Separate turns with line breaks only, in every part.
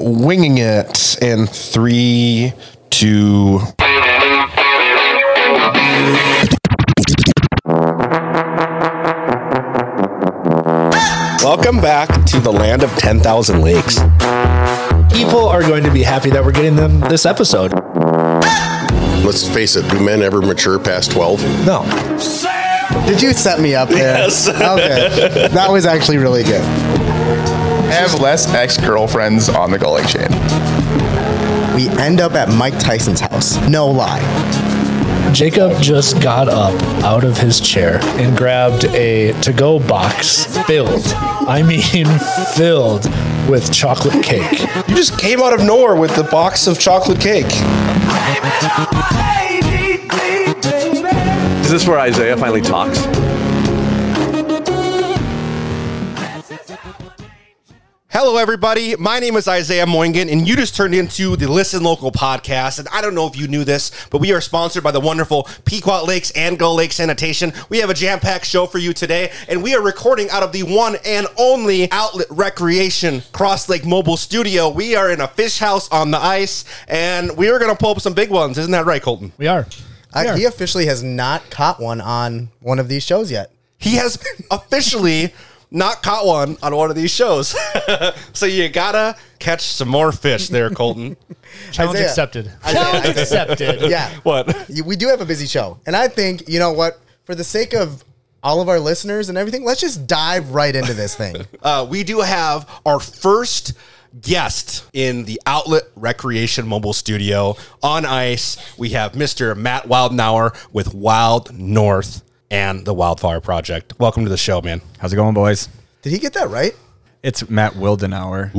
winging it in three, two. Welcome back to the land of 10,000 lakes.
People are going to be happy that we're getting them this episode.
Let's face it, do men ever mature past 12?
No.
Did you set me up there? Yes. Okay. That was actually really good.
Have less ex girlfriends on the gulling chain.
We end up at Mike Tyson's house. No lie.
Jacob just got up out of his chair and grabbed a to go box filled, I mean, filled with chocolate cake.
You just came out of nowhere with the box of chocolate cake.
Is this where Isaiah finally talks?
Hello, everybody. My name is Isaiah Moingen, and you just turned into the Listen Local podcast. And I don't know if you knew this, but we are sponsored by the wonderful Pequot Lakes and Gull Lake Sanitation. We have a jam packed show for you today, and we are recording out of the one and only Outlet Recreation Cross Lake Mobile Studio. We are in a fish house on the ice, and we are going to pull up some big ones. Isn't that right, Colton?
We are.
I,
We are.
He officially has not caught one on one of these shows yet.
he has officially not caught one on one of these shows. so you gotta catch some more fish there, Colton.
Challenge
Isaiah.
accepted.
Isaiah,
Challenge accepted.
Yeah.
what?
You- We do have a busy show. And I think, you know what? For the sake of all of our listeners and everything, let's just dive right into this thing.
Uh, we do have our first guest in the Outlet Recreation Mobile Studio on ice. We have Mr. Matt Wildenauer with Wild North and the Wildfire Project. Welcome to the show, man.
How's it going, boys?
Did he get that right?
It's Matt Wildenauer.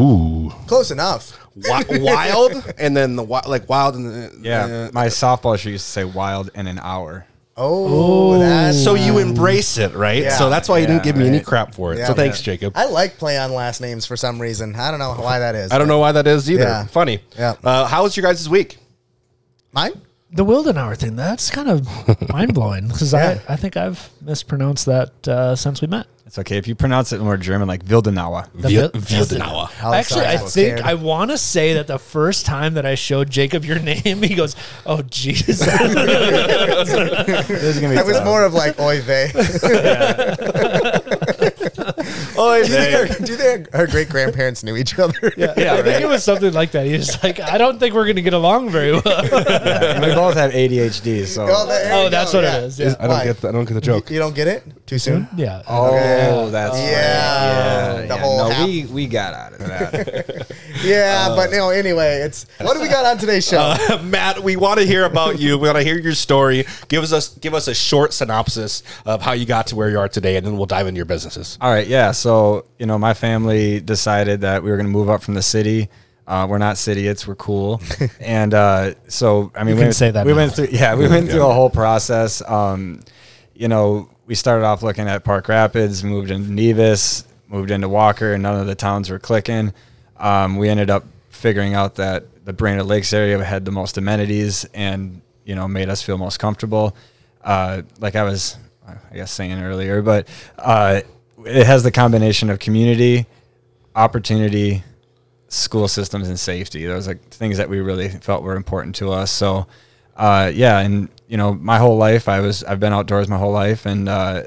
Close enough.
Wi- wild and then the wi- like wild and the,
Yeah, my softball shoe used to say "wild in an hour."
Oh, that's.
So you embrace it, right?
Yeah.
so that's why Oh, you didn't
Mm. Yeah,
give me any
right.
crap for it.
Yeah.
so thanks, Jacob. I,
I like play on last names for some reason. I don't know why that is.
don't know why that is either.
Yeah.
Funny.
Yeah.
Uh, how was your guys' week?
Mine?
The Wildenauer thing, that's kind of mind blowing because
Yeah.
I, I think I've mispronounced that uh, since we met.
It's okay if you pronounce it more German, like Wildenauer.
The
Wil-
Wil-
Wildenauer.
Oh,
Actually,
sorry,
I
I was
think
scared.
I want to say that the first time that I showed Jacob your name, he goes, "Oh Jesus!"
This is gonna be
That was
tough.
more of like oy vey.
Oh,
Do you think our- do you think our great grandparents knew each other?
I think it was something like that. He was like, "I don't think we're going to get along very well."
And we both have ADHD, so
Oh, there you
oh,
go,
that's what
yeah.
it is. Yeah.
I
Why?
don't get. The, I don't get the joke.
You don't get it too soon.
yeah.
oh, that's right.
Yeah.
yeah,
The
yeah.
whole
no,
half-
we we got out of that.
Yeah, but no. Anyway, it's what do we got on today's show?
uh, Matt, we want to hear about you. We want to hear your story. Give us give us a short synopsis of how you got to where you are today, and then we'll dive into your businesses.
All right, yeah. So you know, my family decided that we were gonna move up from the city. Uh, we're not city; it's we're cool. and uh, so I mean, we
can
went-
say that
we
now.
went through. Yeah, we went through a whole process. Um, you know, we started off looking at Park Rapids, moved into Nevis, moved into Walker, and none of the towns were clicking. Um, we ended up figuring out that the Brainerd Lakes area had the most amenities and, you know, made us feel most comfortable. Uh, like I was, I guess, saying earlier, but uh, it has the combination of community, opportunity, school systems and safety. Those are things that we really felt were important to us. So, uh, yeah, and you know, my whole life I was I've been outdoors my whole life, and uh,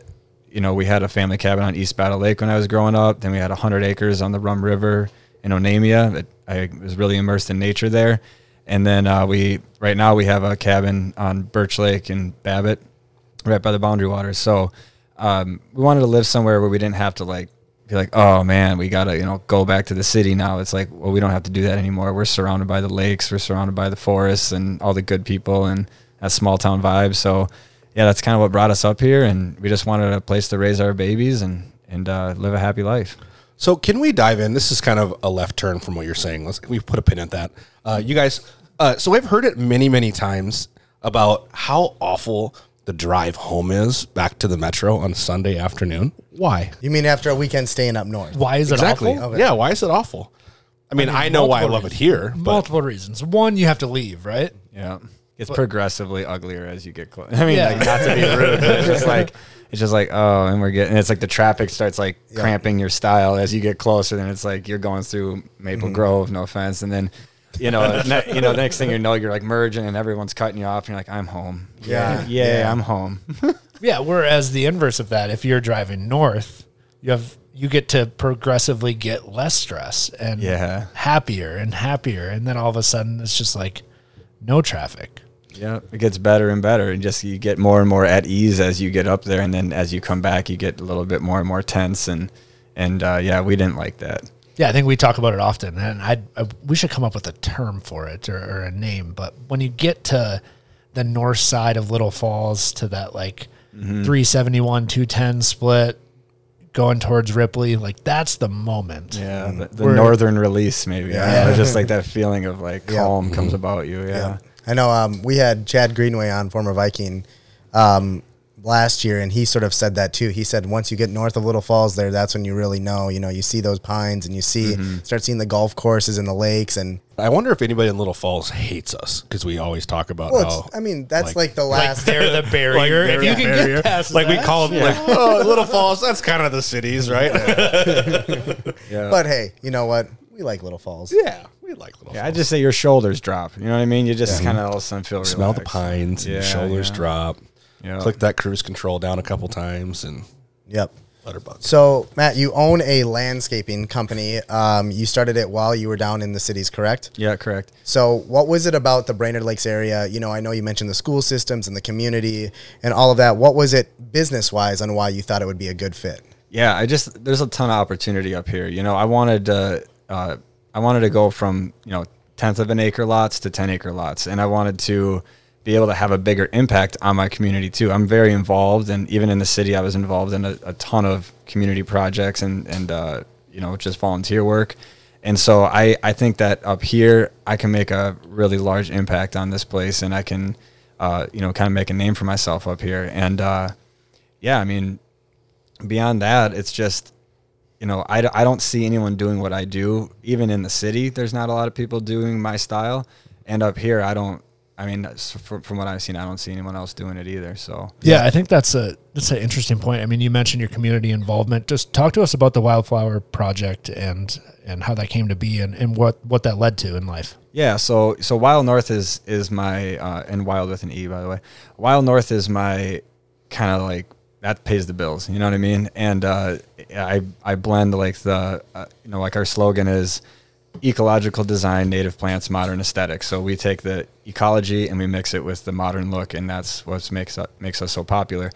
you know, we had a family cabin on East Battle Lake when I was growing up. Then we had hundred acres on the Rum River in Onamia. It, I was really immersed in nature there. And then uh, we right now we have a cabin on Birch Lake in Babbitt, right by the boundary waters. So um, we wanted to live somewhere where we didn't have to like be like, oh man, we gotta you know go back to the city now. It's like, well, we don't have to do that anymore. We're surrounded by the lakes, we're surrounded by the forests and all the good people and that small town vibe. So yeah, that's kind of what brought us up here, and we just wanted a place to raise our babies and and uh, live a happy life.
So can we dive in? This is kind of a left turn from what you're saying. Let's we put a pin at that. Uh, you guys, uh, so I've heard it many, many times about how awful the drive home is back to the metro on Sunday afternoon. Why?
you mean after a weekend staying up north?
Why is it
Exactly.
awful?
Yeah. Why is it awful? I mean, I, know why I
multiple
love it here, but
Multiple reasons. One, you have to leave, right?
Yeah. It's progressively uglier as you get closer. I mean,
Yeah.
like, not to be rude, but it's just like it's just like oh, and we're getting. It's like the traffic starts like cramping your style as you get closer. Then it's like you're going through Maple Grove. No offense, and then. You know, ne- you know. Next thing you know, you're like merging, and everyone's cutting you off. And you're like, "I'm home."
Yeah.
yeah, I'm home.
Yeah, whereas the inverse of that, if you're driving north, you have you get to progressively get less stress and
Yeah.
happier and happier, and then all of a sudden it's just like no traffic.
Yeah, it gets better and better, and just you get more and more at ease as you get up there, and then as you come back, you get a little bit more and more tense, and and uh, yeah, we didn't like that.
Yeah, I think we talk about it often, and I, I we should come up with a term for it or, or a name. But when you get to the north side of Little Falls to that like 371 210 split going towards Ripley, like that's the moment.
Yeah,
Mm.
the, the
We're-
northern release maybe. Yeah,
Yeah.
just like that feeling of like calm
Mm-hmm.
comes about you. Yeah,
I know um, we had Chad Greenway on, former Viking, um, last year, and he sort of said that too. He said once you get north of Little Falls there, that's when you really know. You know, you see those pines and you see, start seeing the golf courses and the lakes. And,
I wonder if anybody in Little Falls hates us because we always talk about
well,
how.
it's, I mean, that's like, the
Like
last.
they're the barrier. if you can get past
like we
that,
call them like oh Little Falls. That's kind of the cities, right?
but hey, you know what? We like Little Falls.
yeah, we like Little.
I just say your shoulders drop. You know what I mean? You just kind of all of a sudden feel
smell the
relaxed.
pines and
Yeah,
shoulders
yeah.
drop.
Yeah.
Click that cruise control down a couple times and
Yep.
butterbucks.
So, Matt, you own a landscaping company. Um, you started it while you were down in the cities, correct?
Yeah, correct.
So, what was it about the Brainerd Lakes area? You know, I know you mentioned the school systems and the community and all of that. What was it business wise on why you thought it would be a good fit?
Yeah, I just there's a ton of opportunity up here. You know, I wanted to uh, I wanted to go from you know tenth of an acre lots to ten acre lots, and I wanted to be able to have a bigger impact on my community too. I'm very involved, and even in the city, I was involved in a, a ton of community projects and and uh, you know just volunteer work. And so I, I think that up here I can make a really large impact on this place, and I can, uh, you know, kind of make a name for myself up here. And uh, yeah, I mean, beyond that, it's just, you know, I, d- I don't see anyone doing what I do. Even in the city, there's not a lot of people doing my style. And up here, I don't, I mean, s- from, from what I've seen, I don't see anyone else doing it either. So,
Yeah, I think that's a that's an interesting point. I mean, you mentioned your community involvement. Just talk to us about the wildflower project and and how that came to be and, and what what that led to in life.
Yeah, so so Wild North is is my uh, and Wild with an E by the way. Wild North is my kind of like that pays the bills. You know what I mean? And uh, I I blend like the uh, you know like our slogan is ecological design, native plants, modern aesthetics. So we take the ecology and we mix it with the modern look, and that's what makes us, makes us so popular.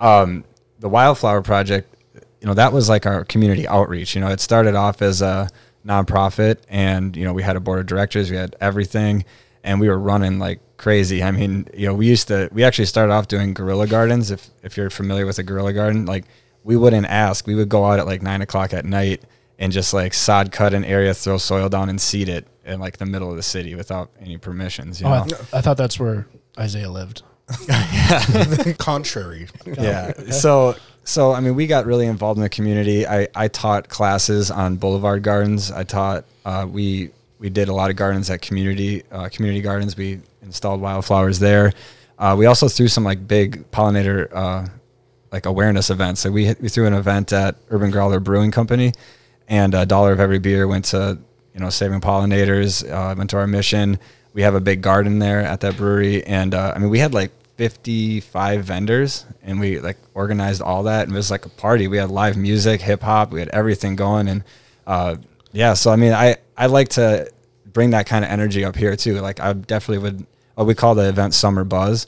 Um, the Wildflower Project you know that was like our community outreach you know it started off as a nonprofit and you know we had a board of directors we had everything and we were running like crazy i mean you know we used to we actually started off doing gorilla gardens if if you're familiar with a gorilla garden like we wouldn't ask we would go out at like nine o'clock at night and just like sod cut an area throw soil down and seed it in like the middle of the city without any permissions you
Oh,
know
I, th- I thought that's where Isaiah lived.
Contrary,
yeah. So so I mean, we got really involved in the community. I I taught classes on Boulevard Gardens. I taught uh, we we did a lot of gardens at community uh, community gardens. We installed wildflowers there. Uh, we also threw some like big pollinator uh, like awareness events. So we hit- we threw an event at Urban Growler Brewing Company, and a dollar of every beer went to you know saving pollinators. Uh, went to our mission. We have a big garden there at that brewery, and uh, I mean we had like 55 vendors, and we like organized all that, and it was like a party. We had live music, hip hop, we had everything going, and uh, yeah. So I mean, I I like to bring that kind of energy up here too. Like I definitely would. Oh, we call the event Summer Buzz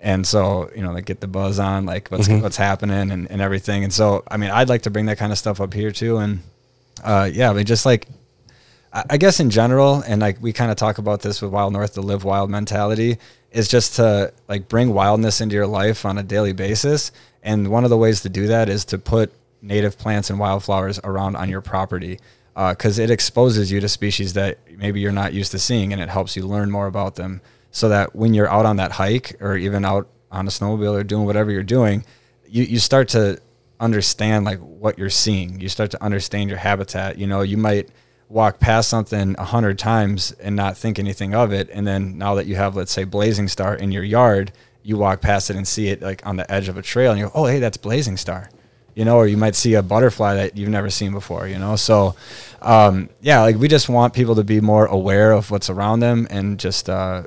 and so you know like get the buzz on like what's what's happening and, and everything and so i mean i'd like to bring that kind of stuff up here too and uh yeah i mean just like I I guess in general, and like we kind of talk about this with Wild North, the live wild mentality is just to like bring wildness into your life on a daily basis. And one of the ways to do that is to put native plants and wildflowers around on your property because it exposes you to species that maybe you're not used to seeing and it helps you learn more about them so that when you're out on that hike or even out on a snowmobile or doing whatever you're doing, you, you start to understand like what you're seeing. You start to understand your habitat. You know, you might walk past something a hundred times and not think anything of it. And then now that you have, let's say, Blazing Star in your yard, you walk past it and see it like on the edge of a trail, and you go, "Oh, hey, that's Blazing Star," you know, or you might see a butterfly that you've never seen before, you know. So, um, yeah, like we just want people to be more aware of what's around them and just, uh,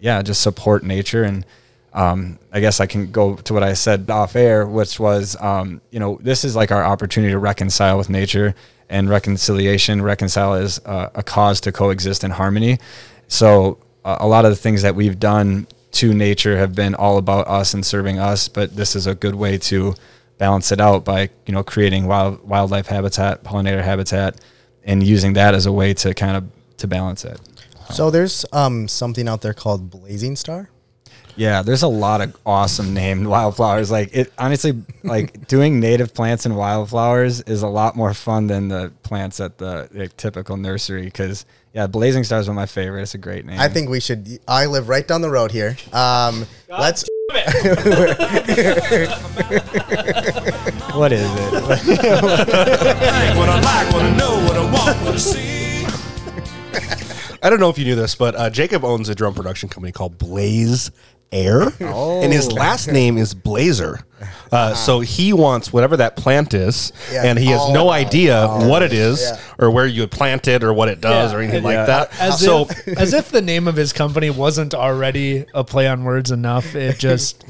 yeah, just support nature and um, I guess I can go to what I said off air, which was, um, you know, this is like our opportunity to reconcile with nature and reconciliation. Reconcile is uh, a cause to coexist in harmony. So uh, a lot of the things that we've done to nature have been all about us and serving us, but this is a good way to balance it out by, you know, creating wild, wildlife habitat, pollinator habitat, and using that as a way to kind of to balance it.
So there's um something out there called Blazing Star.
Yeah, there's a lot of awesome named wildflowers. Like it honestly, like doing native plants and wildflowers is a lot more fun than the plants at the, the typical nursery. Because yeah, Blazing Star is one of my favorite. It's a great name.
I think we should. I live right down the road here. Um, let's.
what is it?
what I like, what I know, what I want, what I see. I don't know if you knew this, but uh, Jacob owns a drum production company called Blaze Air,
Oh.
and his last name is Blazer. Uh, so he wants whatever that plant is,
Uh-huh. Yeah,
and he has
all-
no idea what it is
Yeah.
or where you would plant it or what it does or anything like that.
As
so
if, as if the name of his company wasn't already a play on words enough. It just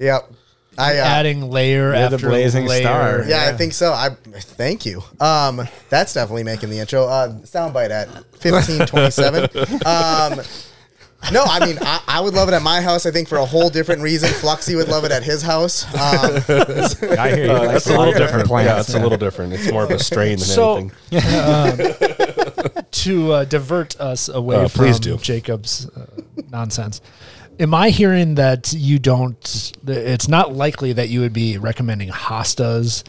Yep. I uh,
adding layer
You're the
after
blazing
layer.
star.
Yeah, I think so. I thank you. Um, that's definitely making the intro. Uh, soundbite at fifteen twenty seven. Um, no, I mean I, I would love it at my house. I think for a whole different reason. Fluxy would love it at his house. Um,
I hear you.
uh, that's a little different. Yeah, it's a little different. It's more of a strain than
So,
anything.
to uh, divert us away
Uh,
from
please do.
Jacob's uh, nonsense, am I hearing that you don't? that It's not likely that you would be recommending hostas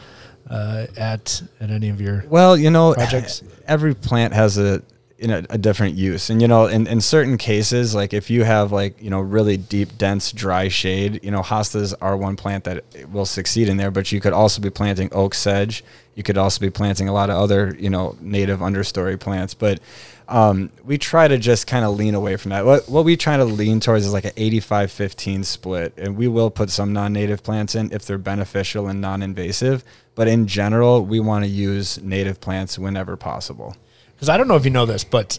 uh, at at any of your.
Well, you know,
projects?
every plant has a you know a different use, and you know, in, in certain cases, like if you have like you know really deep, dense, dry shade, you know, hostas are one plant that will succeed in there. But you could also be planting oak sedge. You could also be planting a lot of other you know native understory plants, but. Um, we try to just kind of lean away from that. What, what we try to lean towards is like an 85 15 split, and we will put some non native plants in if they're beneficial and non invasive. But in general, we want to use native plants whenever possible.
Because I don't know if you know this, but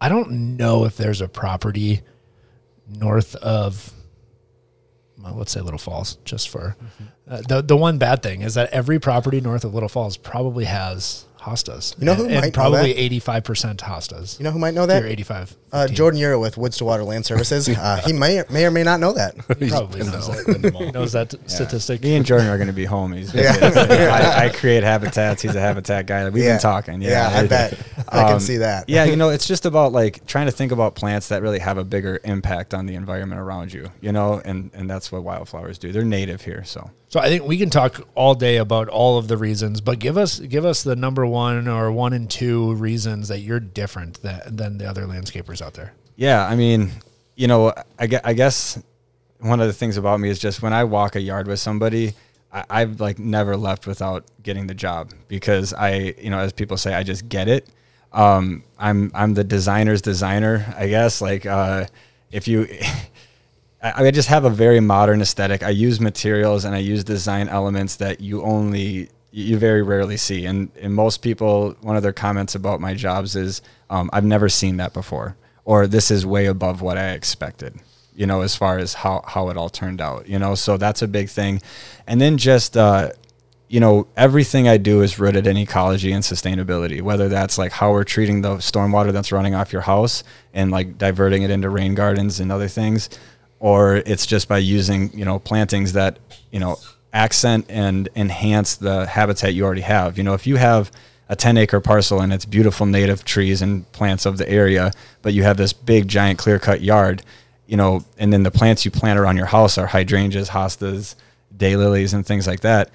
I don't know if there's a property north of. Well, let's say Little Falls, just for uh, the the one bad thing is that every property north of Little Falls probably has hostas.
You know who
and,
might know
and probably
that?
eighty five percent hostas.
you know who might know
If you're
that?
eighty five.
Uh, Jordan Ura with Woods to Water Land Services. Uh, he may may or may not know that.
probably knows that, knows that statistic.
Me and Jordan are going to be homies.
Yeah.
I, I create habitats. He's a habitat guy. We've
Yeah.
been talking.
Yeah,
Yeah, Um,
I bet. I can see that.
yeah, you know, it's just about like trying to think about plants that really have a bigger impact on the environment around you. You know, and and that's what wildflowers do. They're native here, so.
So I think we can talk all day about all of the reasons, but give us give us the number one or one and two reasons that you're different than, than the other landscapers out there.
Yeah, I mean, you know, I, gue- I guess one of the things about me is just when I walk a yard with somebody, I, I've like never left without getting the job because I, you know, as people say, I just get it. Um, I'm I'm the designer's designer, I guess. Like, uh, if you, I, I just have a very modern aesthetic. I use materials and I use design elements that you only you very rarely see. And and most people, one of their comments about my jobs is, um, I've never seen that before, or this is way above what I expected. You know, as far as how how it all turned out. You know, so that's a big thing. And then just. Uh, you know, everything I do is rooted in ecology and sustainability, whether that's like how we're treating the stormwater that's running off your house and like diverting it into rain gardens and other things, or it's just by using, you know, plantings that, you know, accent and enhance the habitat you already have. You know, if you have a 10 acre parcel and it's beautiful native trees and plants of the area, but you have this big, giant clear cut yard, you know, and then the plants you plant around your house are hydrangeas, hostas, daylilies, and things like that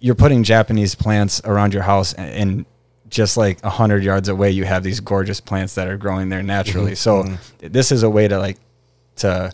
you're putting Japanese plants around your house and, and just like a hundred yards away, you have these gorgeous plants that are growing there naturally. So this is a way to like to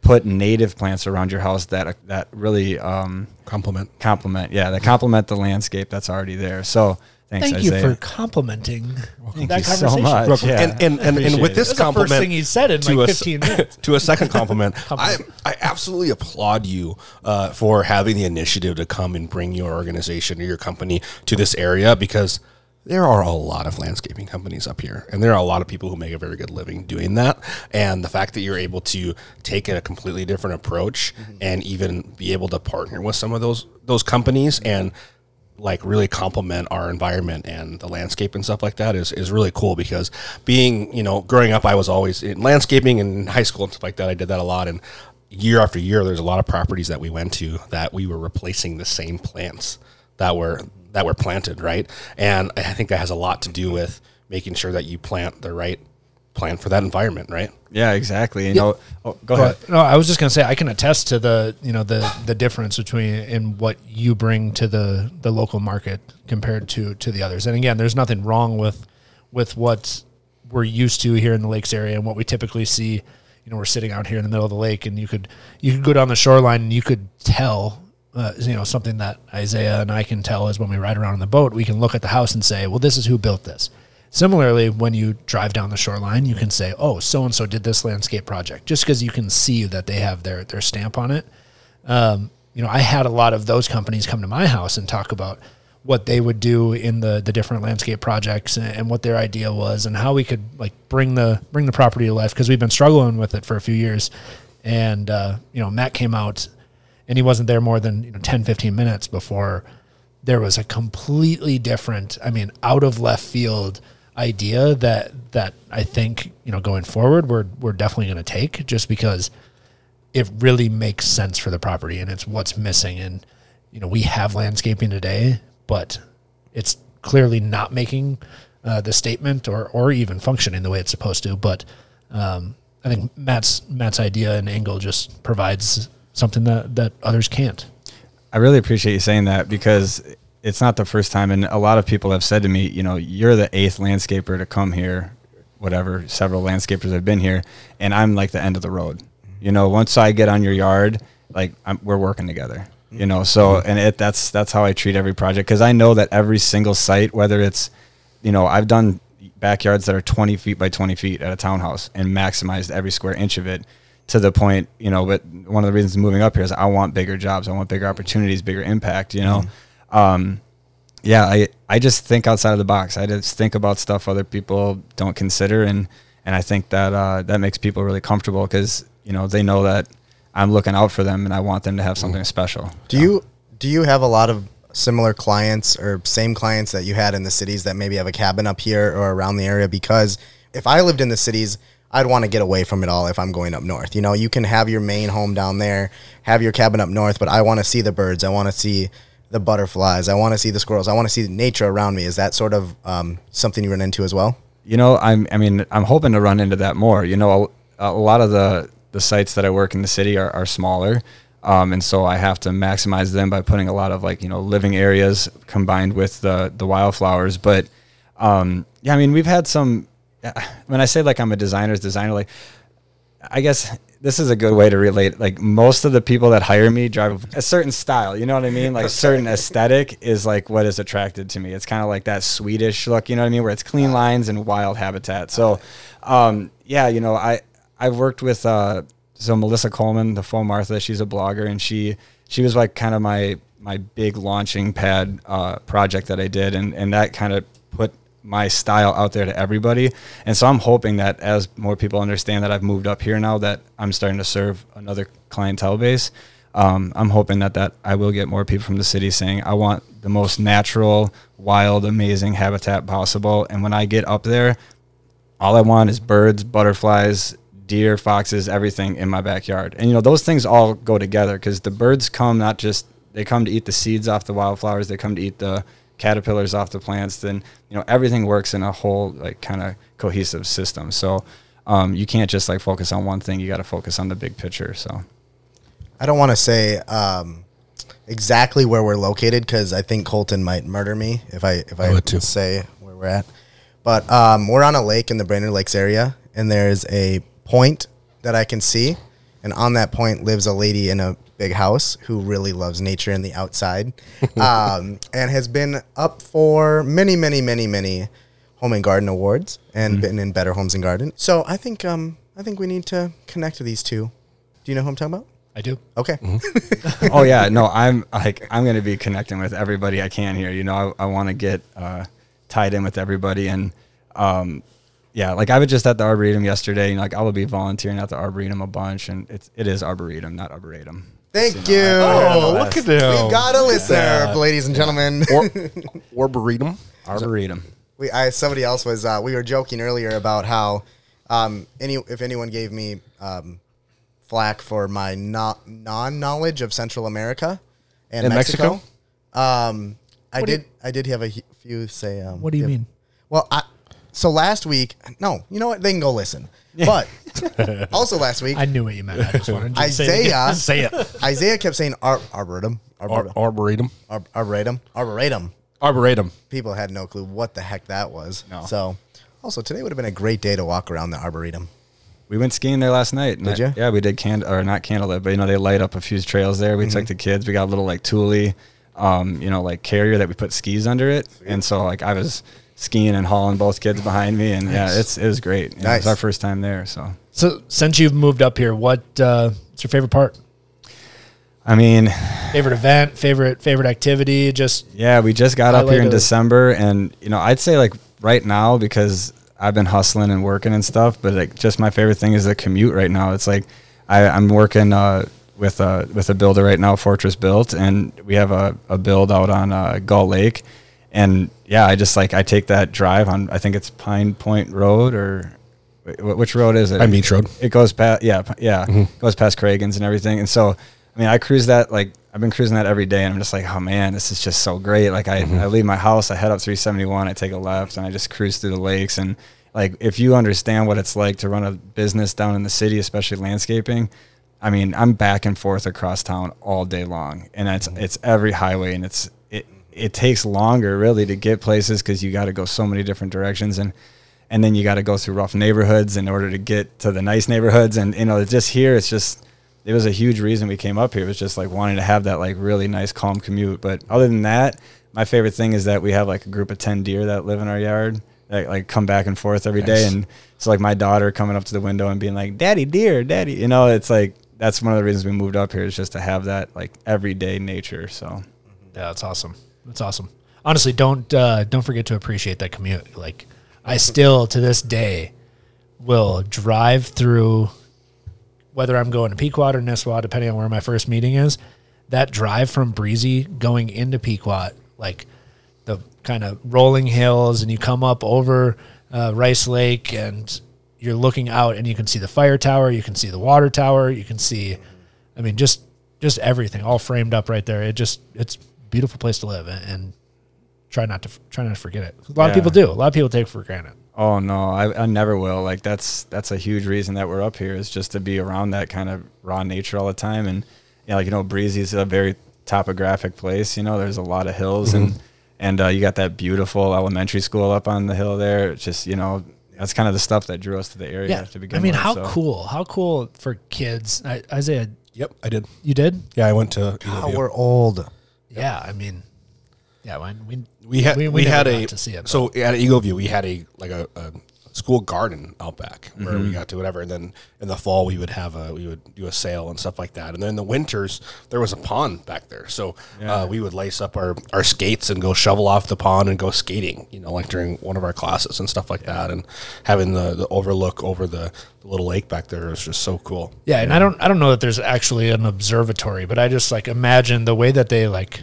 put native plants around your house that that really um,
Compliment.
complement yeah that complement the landscape that's already there so Thanks,
Thank you
Isaiah.
for complimenting
Thank
that
you so
conversation.
much. Yeah.
and and, and, and with
Appreciate
this
it.
That's the
compliment,
first thing he said in
to
like
a s-
15 minutes.
to a second compliment, I
Compliment.
I absolutely applaud you uh, for having the initiative to come and bring your organization or your company to this area because there are a lot of landscaping companies up here, and there are a lot of people who make a very good living doing that. And the fact that you're able to take a completely different approach and even be able to partner with some of those those companies and like really complement our environment and the landscape and stuff like that is, is really cool because being you know growing up I was always in landscaping and in high school and stuff like that I did that a lot and year after year there's a lot of properties that we went to that we were replacing the same plants that were that were planted right and I think that has a lot to do with making sure that you plant the right plant for that environment right
Yeah, exactly. You know, oh, go ahead.
But no, I was just gonna say I can attest to the you know the the difference between in what you bring to the the local market compared to to the others. And again, there's nothing wrong with with what we're used to here in the lakes area and what we typically see. You know, we're sitting out here in the middle of the lake, and you could you could go down the shoreline and you could tell. Uh, you know something that Isaiah and I can tell is when we ride around in the boat, we can look at the house and say, "Well, this is who built this." Similarly, when you drive down the shoreline, you can say, "Oh, so and so did this landscape project," just because you can see that they have their their stamp on it. Um, you know, I had a lot of those companies come to my house and talk about what they would do in the the different landscape projects and, and what their idea was and how we could like bring the bring the property to life because we've been struggling with it for a few years. And uh, you know, Matt came out and he wasn't there more than you know, 10 15 minutes before there was a completely different i mean out of left field idea that that i think you know going forward we're we're definitely going to take just because it really makes sense for the property and it's what's missing and you know we have landscaping today but it's clearly not making uh, the statement or or even functioning the way it's supposed to but um, i think matt's matt's idea and angle just provides something that that others can't
I really appreciate you saying that because it's not the first time, and a lot of people have said to me, you know, you're the eighth landscaper to come here, whatever. Several landscapers have been here, and I'm like the end of the road. You know, once I get on your yard, like I'm, we're working together. You know, so and it that's that's how I treat every project because I know that every single site, whether it's, you know, I've done backyards that are 20 feet by 20 feet at a townhouse and maximized every square inch of it to the point, you know, but one of the reasons moving up here is I want bigger jobs. I want bigger opportunities, bigger impact, you know? Um, yeah, I, I just think outside of the box. I just think about stuff other people don't consider. And, and I think that, uh, that makes people really comfortable because, you know, they know that I'm looking out for them and I want them to have something special.
Do you do you have a lot of similar clients or same clients that you had in the cities that maybe have a cabin up here or around the area? Because if I lived in the cities, I'd want to get away from it all if I'm going up north. You know, you can have your main home down there, have your cabin up north, but I want to see the birds. I want to see the butterflies. I want to see the squirrels. I want to see nature around me. Is that sort of um, something you run into as well?
you know i'm i mean i'm hoping to run into that more you know a, a lot of the the sites that i work in the city are, are smaller um, and so i have to maximize them by putting a lot of like you know living areas combined with the the wildflowers but um yeah i mean we've had some uh, when i say like i'm a designer's designer like I guess this is a good way to relate. Like most of the people that hire me drive a certain style. You know what I mean? Like certain aesthetic is like what is attracted to me. It's kind of like that Swedish look. You know what I mean? Where it's clean lines and wild habitat. So, um, yeah, you know, I I've worked with uh, so Melissa Coleman, the full Martha. She's a blogger, and she she was like kind of my my big launching pad uh, project that I did, and and that kind of put my style out there to everybody. And so I'm hoping that as more people understand that I've moved up here now, that I'm starting to serve another clientele base. Um, I'm hoping that that I will get more people from the city saying I want the most natural, wild, amazing habitat possible. And when I get up there, all I want is birds, butterflies, deer, foxes, everything in my backyard. And you know, those things all go together because the birds come not just they come to eat the seeds off the wildflowers, they come to eat the caterpillars off the plants. Then you know, everything works in a whole like kind of cohesive system. So um, you can't just like focus on one thing. You got to focus on the big picture. So
I don't want to say um, exactly where we're located because I think Colton might murder me if I if I,
would too.
say where we're at. But um, we're on a lake in the Brainerd Lakes area, and there's a point that I can see, and on that point lives a lady in a big house who really loves nature and the outside, um, and has been up for many, many, many, many home and garden awards and
Mm-hmm.
been in Better Homes and Garden. So I think um, I think we need to connect to these two. Do you know who I'm talking about?
I do.
Okay.
Mm-hmm.
oh yeah, no, I'm like I'm gonna be connecting with everybody I can here. You know, I, I want to get uh, tied in with everybody, and um, yeah, like I was just at the arboretum yesterday, and like I will be volunteering at the arboretum a bunch, and it's it is arboretum, not arboretum.
Thank you.
Oh, look at him.
We got a listener, ladies and gentlemen.
or Arboretum.
Arboretum.
we I somebody else was uh, we were joking earlier about how um, any if anyone gave me um, flack for my not non knowledge of Central America and
And
Mexico,
Mexico?
um, I
What do you-
did I did have a he- few say um,
What do you
yeah.
mean?
Well, I, so last week no you know what they can go listen but also last week
I knew what you meant. I just wanted to
Isaiah
say it. again. say it.
Isaiah kept saying ar- arboretum
Ar-
arboretum
Arboretum.
ar- arboretum arboretum
Arboretum.
people had no clue what the heck that was.
No.
So, also today would have been a great day to walk around the arboretum.
We went skiing there last night. and
Did
I-
ya?
yeah, we did can or not candlelit, but you know they light up a few trails there. We
Mm-hmm.
took the kids. We got a little like tule, um, you know, like carrier that we put skis under it, and so like I was skiing and hauling both kids behind me, and yeah, it's it was great. You know,
Nice.
It's our first time there, so
So since you've moved up here, what uh, what's your favorite part?
I mean,
Favorite event? Favorite favorite activity? Just
yeah, we just got up here in
Highlight of-
December, and you know, I'd say like right now because I've been hustling and working and stuff, but like just my favorite thing is the commute right now. It's like I, I'm working uh, with a with a builder right now, Fortress Built, and we have a, a build out on uh, Gull Lake, and yeah, I just like I take that drive on. I think it's Pine Point Road or. wh- wh- Which road is it?
Pine Beach Road.
it goes past yeah p- yeah goes past Cragen's and everything and so I mean I cruise that like I've been cruising that every day and I'm just like oh man this is just so great like I, I leave my house I head up 371 I take a left and I just cruise through the lakes and like if you understand what it's like to run a business down in the city especially landscaping I mean I'm back and forth across town all day long and it's it's every highway and it's it it takes longer really to get places because you got to go so many different directions and and then you got to go through rough neighborhoods in order to get to the nice neighborhoods and you know it's just here it's just it was a huge reason we came up here it was just like wanting to have that like really nice calm commute but other than that my favorite thing is that we have like a group of 10 deer that live in our yard that like come back and forth every day. and it's like my daughter coming up to the window and being like daddy deer daddy you know it's like that's one of the reasons we moved up here is just to have that like everyday nature so
yeah, that's awesome. That's awesome. Honestly, don't uh, don't forget to appreciate that commute. Like I still to this day will drive through whether I'm going to Pequot or Nisswa, depending on where my first meeting is. That drive from Breezy going into Pequot, like the kind of rolling hills, and you come up over uh, Rice Lake, and you're looking out, and you can see the fire tower, you can see the water tower, you can see, I mean, just just everything all framed up right there. It just it's a beautiful place to live, and, and try not to f- try not to forget it. A lot of
Yeah.
people do. A lot of people take it for granted.
Oh no, I, I never will. Like that's that's a huge reason that we're up here is just to be around that kind of raw nature all the time. And yeah, like you know, Breezy's a very topographic place. You know, there's a lot of hills
Mm-hmm.
and and uh, you got that beautiful elementary school up on the hill there. It's just you know, that's kind of the stuff that drew us to the area to begin.
I mean,
with,
how
so.
cool? How cool for kids? I, Isaiah,
Yep, I did.
you did?
Yeah, I went to.
Oh, we're old.
Yeah, I mean, yeah, when we
we had we,
never
had
got
a
to see it.
so at Eagle View we had a like a, a school garden out back where we got to whatever and then in the fall we would have a we would do a sale and stuff like that and then in the winters there was a pond back there so uh, we would lace up our our skates and go shovel off the pond and go skating you know like during one of our classes and stuff like that and having the, the overlook over the, the little lake back there was just so cool
yeah, and I don't I don't know that there's actually an observatory, but I just like imagine the way that they like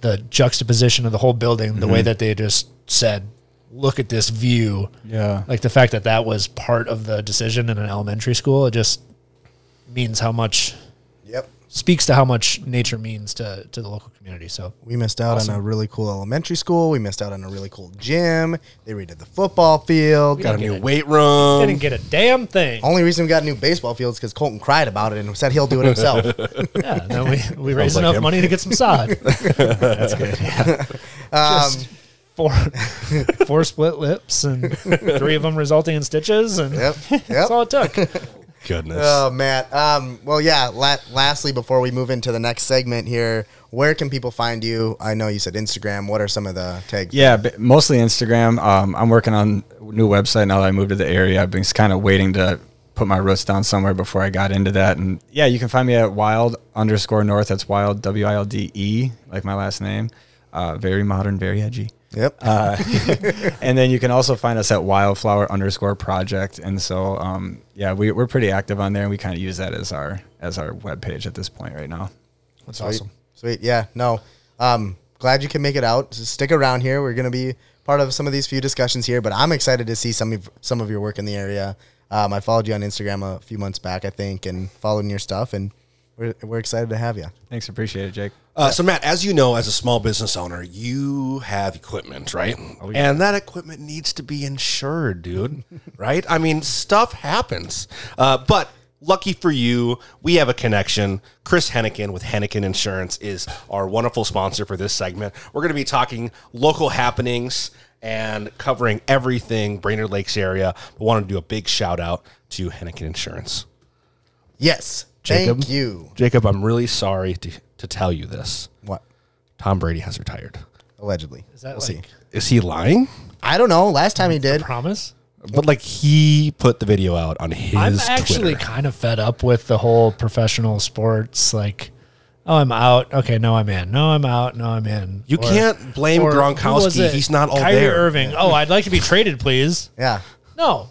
the juxtaposition of the whole building,
Mm-hmm.
the way that they just said, "Look at this view."
Yeah.
like the fact that that was part of the decision in an elementary school, it just means how much
Yep.
speaks to how much nature means to to the local community. So
We missed out on a really cool elementary school. We missed out on a really cool gym. They redid the football field.
got a
Got
new weight room
didn't get a damn thing.
only reason we got a new baseball field is because Colton cried about it and said he'll do it himself.
Yeah, and then we, we raised
like
enough
him.
money to get some sod. That's good.
Um,
Just four, four split lips and three of them resulting in stitches, and
Yep,
that's
yep.
all it took.
goodness.
Oh, Matt. Um, well, yeah. La- lastly, before we move into the next segment here, where can people find you? I know you said Instagram. What are some of the tags?
Yeah, but mostly Instagram. Um, I'm working on a new website now that I moved to the area. I've been kind of waiting to put my roots down somewhere before I got into that. And yeah, you can find me at wild underscore north. That's wild, W I L D E, like my last name. Uh, very modern, very edgy.
Yep.
Uh, And then you can also find us at wildflower underscore project. And so, um, yeah, we, we're pretty active on there and we kind of use that as our, as our webpage at this point right now.
That's awesome.
Sweet. Yeah. No. Um, glad you can make it out. Just stick around here. We're gonna be part of some of these few discussions here, but I'm excited to see some of some of your work in the area. Um, I followed you on Instagram a few months back, I think, and followed your stuff, and we're, we're excited to have you.
Thanks. Appreciate it, Jake.
Uh, so Matt, as you know, as a small business owner, you have equipment, right? And that equipment needs to be insured, dude. right? I mean, stuff happens. Uh, but lucky for you, we have a connection. Chris Hennigan with Hennigan Insurance is our wonderful sponsor for this segment. We're going to be talking local happenings and covering everything Brainerd Lakes area. But wanted to do a big shout out to Hennigan Insurance.
Yes. Thank you.
Jacob, I'm really sorry to, to tell you this.
What?
Tom Brady has retired.
Allegedly.
Is that
we'll
like
see.
Is he lying?
I don't know. Last time he did.
promise?
But like he put the video out on his
I'm actually
Twitter.
kind of fed up with the whole professional sports like oh I'm out. Okay, no I'm in. No I'm out. No I'm in.
You can't blame
or who
Gronkowski.
was it?
He's not all
Kyrie
there.
Irving. Oh, I'd like to be traded, please.
Yeah.
No.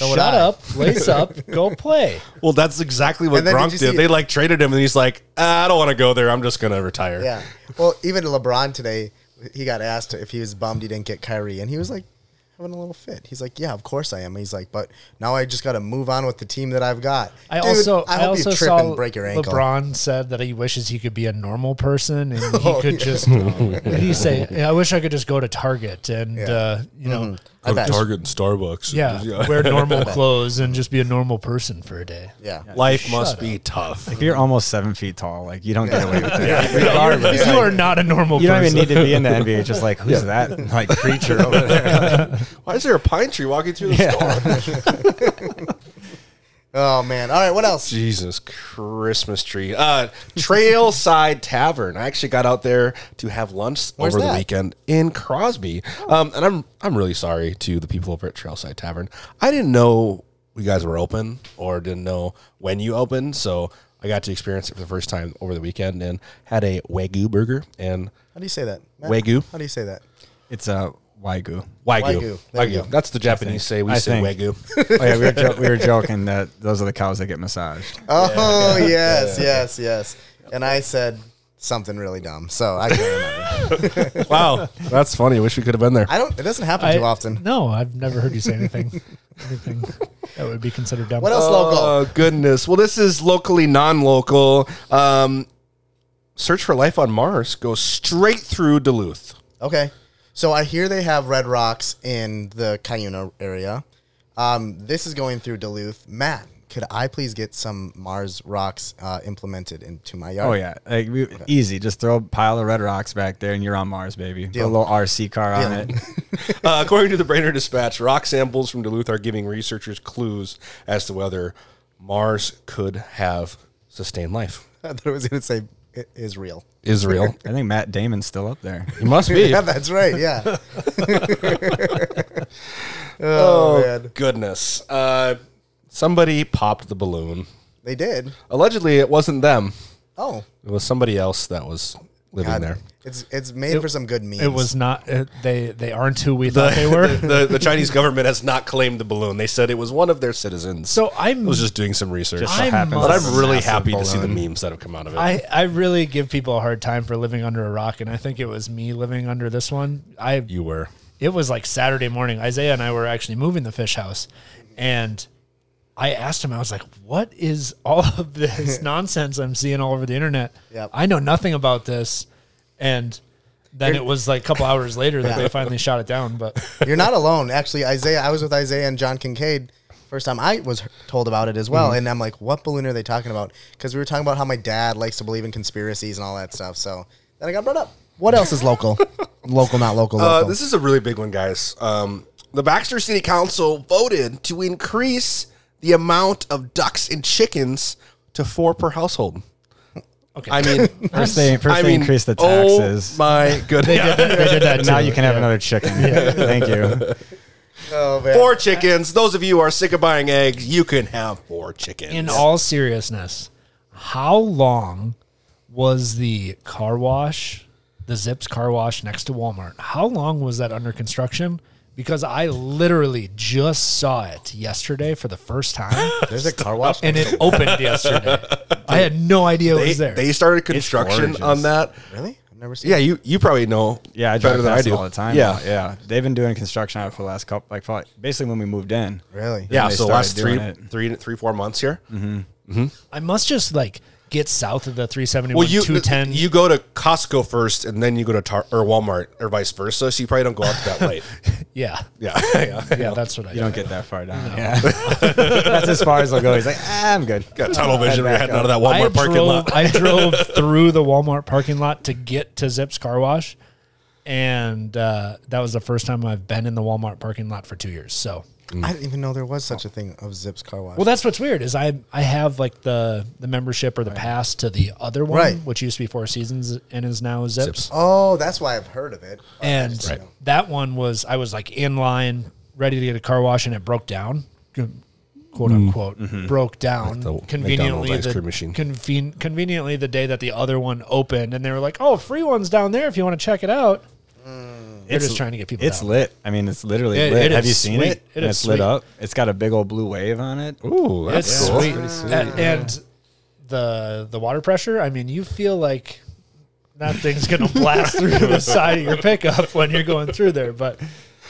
would
Shut
I.
up, lace up, go play.
Well, that's exactly what
And then
Gronk
did you
did.
see-
They like traded him, and he's like, "Ah, I don't want to go there. I'm just gonna retire.
Yeah. Well, even LeBron today, he got asked if he was bummed he didn't get Kyrie, and he was like having a little fit. He's like, "Yeah, of course I am." He's like, "But now I just got to move on with the team that I've got."
I
Dude,
also
I
I,
hope
also
you trip
saw
and break your ankle.
LeBron said that he wishes he could be a normal person and
Oh,
he could just what did he say? I wish I could just go to Target and uh, you know
I bet.
Target and Starbucks.
yeah, wear normal clothes and just be a normal person for a day.
Yeah.
Life must be tough.
If you're almost seven feet tall, like you don't get away with that.
If you are not a normal
You don't even
person.
need to be in the NBA. Just like, who's that like creature over there?
Why is there a pine tree walking through the store?
Oh man. All right. What else?
Jesus Christmas tree. Uh, Trailside Tavern. I actually got out there to have lunch
Where's
over the
that?
weekend in Crosby. Um, and I'm I'm really sorry to the people over at Trailside Tavern. I didn't know you guys were open or didn't know when you opened, so I got to experience it for the first time over the weekend and had a wagyu burger and
How do you say that? Matt?
Wagyu.
How do you say that?
It's
uh,
a waigu.
wagyu.
Wagyu.
Wagyu.
There you go.
That's the Japanese say. We
I
say
think.
wagyu.
Oh, yeah, we were, jo- we were joking that those are the cows that get massaged.
Oh yes, yes, yes. And I said something really dumb, so I can't remember.
wow, that's funny. I wish we could have been there.
I don't. It doesn't happen
I-
too often.
No, I've never heard you say anything. anything that would be considered dumb.
What else local?
Oh goodness! Well, this is locally non-local. Um, Search for Life on Mars goes straight through Duluth.
Okay. So I hear they have Red Rocks in the Cuyuna area. Um, this is going through Duluth. Matt, could I please get some Mars rocks uh, implemented into my yard?
Oh yeah, like we, easy. Just throw a pile of red rocks back there, and you're on Mars, baby. Put
Deal.
a little RC car on
Deal.
it.
Uh, according to the Brainerd Dispatch, rock samples from Duluth are giving researchers clues as to whether Mars could have sustained life.
I thought I was going to say I- Israel.
Israel,
I think Matt Damon's still up there.
it must be.
Yeah, that's right. Yeah.
oh
man.
goodness! Uh, somebody popped the balloon.
they did.
Allegedly, it wasn't them.
Oh.
It was somebody else that was living
God.
there.
It's it's made for some good memes.
It was not. It, they they aren't who we thought they were.
the, the Chinese government has not claimed the balloon. They said it was one of their citizens.
So I'm-
I was just doing some research.
Just
so I happens.
but
must-
I'm really
Massive
happy to see the
balloon.
memes that have come out of it.
I, I really give people a hard time for living under a rock, and I think it was me living under this one. I
you were.
it was like Saturday morning. Isaiah and I were actually moving the fish house, and I asked him. I was like, "What is all of this nonsense I'm seeing all over the internet?
Yep.
I know nothing about this." And then it was like a couple hours later that they finally shot it down. But
You're not alone. Actually, Isaiah, I was with Isaiah and John Kincaid first time I was told about it as well.
Mm-hmm.
And I'm like, what balloon are they talking about? Because we were talking about how my dad likes to believe in conspiracies and all that stuff. So then I got brought up. What else is local? local, not local.
Uh,
local.
this is a really big one, guys. Um, the Baxter City Council voted to increase the amount of ducks and chickens to four per household.
Okay.
I mean,
First they, first
I
they
mean,
increased the
oh
taxes.
my goodness.
they did that
But now
too,
you can have
yeah.
another chicken. Thank you.
Oh,
four chickens. Those of you who are sick of buying eggs, you can have four chickens.
In all seriousness, how long was the car wash, the Zips car wash next to Walmart? How long was that under construction? Because I literally just saw it yesterday for the first time,
There's a car wash.
and it opened yesterday. I had no idea it
they,
was there.
they started construction
gorgeous.
on that.
really? I've never seen.
Yeah, you you probably know
Yeah, I drive
better than I
past it
do
all the time.
Yeah,
Yeah, yeah. They've been doing construction on it for the last couple, like probably, basically when we moved in.
Really?
Then
yeah.
they
So
started
last three,
doing it. Mhm.
three, three, four months here.
I must just like get south of the 371
Well, you
210.
you go to Costco first, and then you go to Tar- or Walmart or vice versa. So you probably don't go out to that late.
yeah.
Yeah, yeah.
Yeah, that's what I
You don't get that far down. Yeah. That's as far as I'll go. He's like, ah, I'm good.
Got tunnel vision. We're
back
heading
up.
out of that
I
Walmart parking
drove,
lot.
I drove through the Walmart parking lot to get to Zips Car Wash, and uh, that was the first time I've been in the Walmart parking lot for two years. So,
I didn't even know there was such a thing of Zips car wash.
well, that's what's weird is I I have like the the membership or the pass to the other one,
Right.
which used to be Four Seasons and is now Zips.
oh, that's why I've heard of it.
And that one was I was like in line, ready to get a car wash, and it broke down. Quote unquote broke down
Mm-hmm. the McDonald's
conveniently
ice
the
cream machine.
conven- conveniently the day that the other one opened and they were like oh free one's down there if you want to check it out they're just trying to get people
It's
down.
lit. I mean, it's literally
It-
lit.
it
Have
is
you seen
sweet.
it?
It
And
is
it's lit
sweet.
up. It's got a big old blue wave on it.
Ooh, that's
it's sweet, And, and the the water pressure I mean you feel like that thing's gonna blast through the side of your pickup when you're going through there but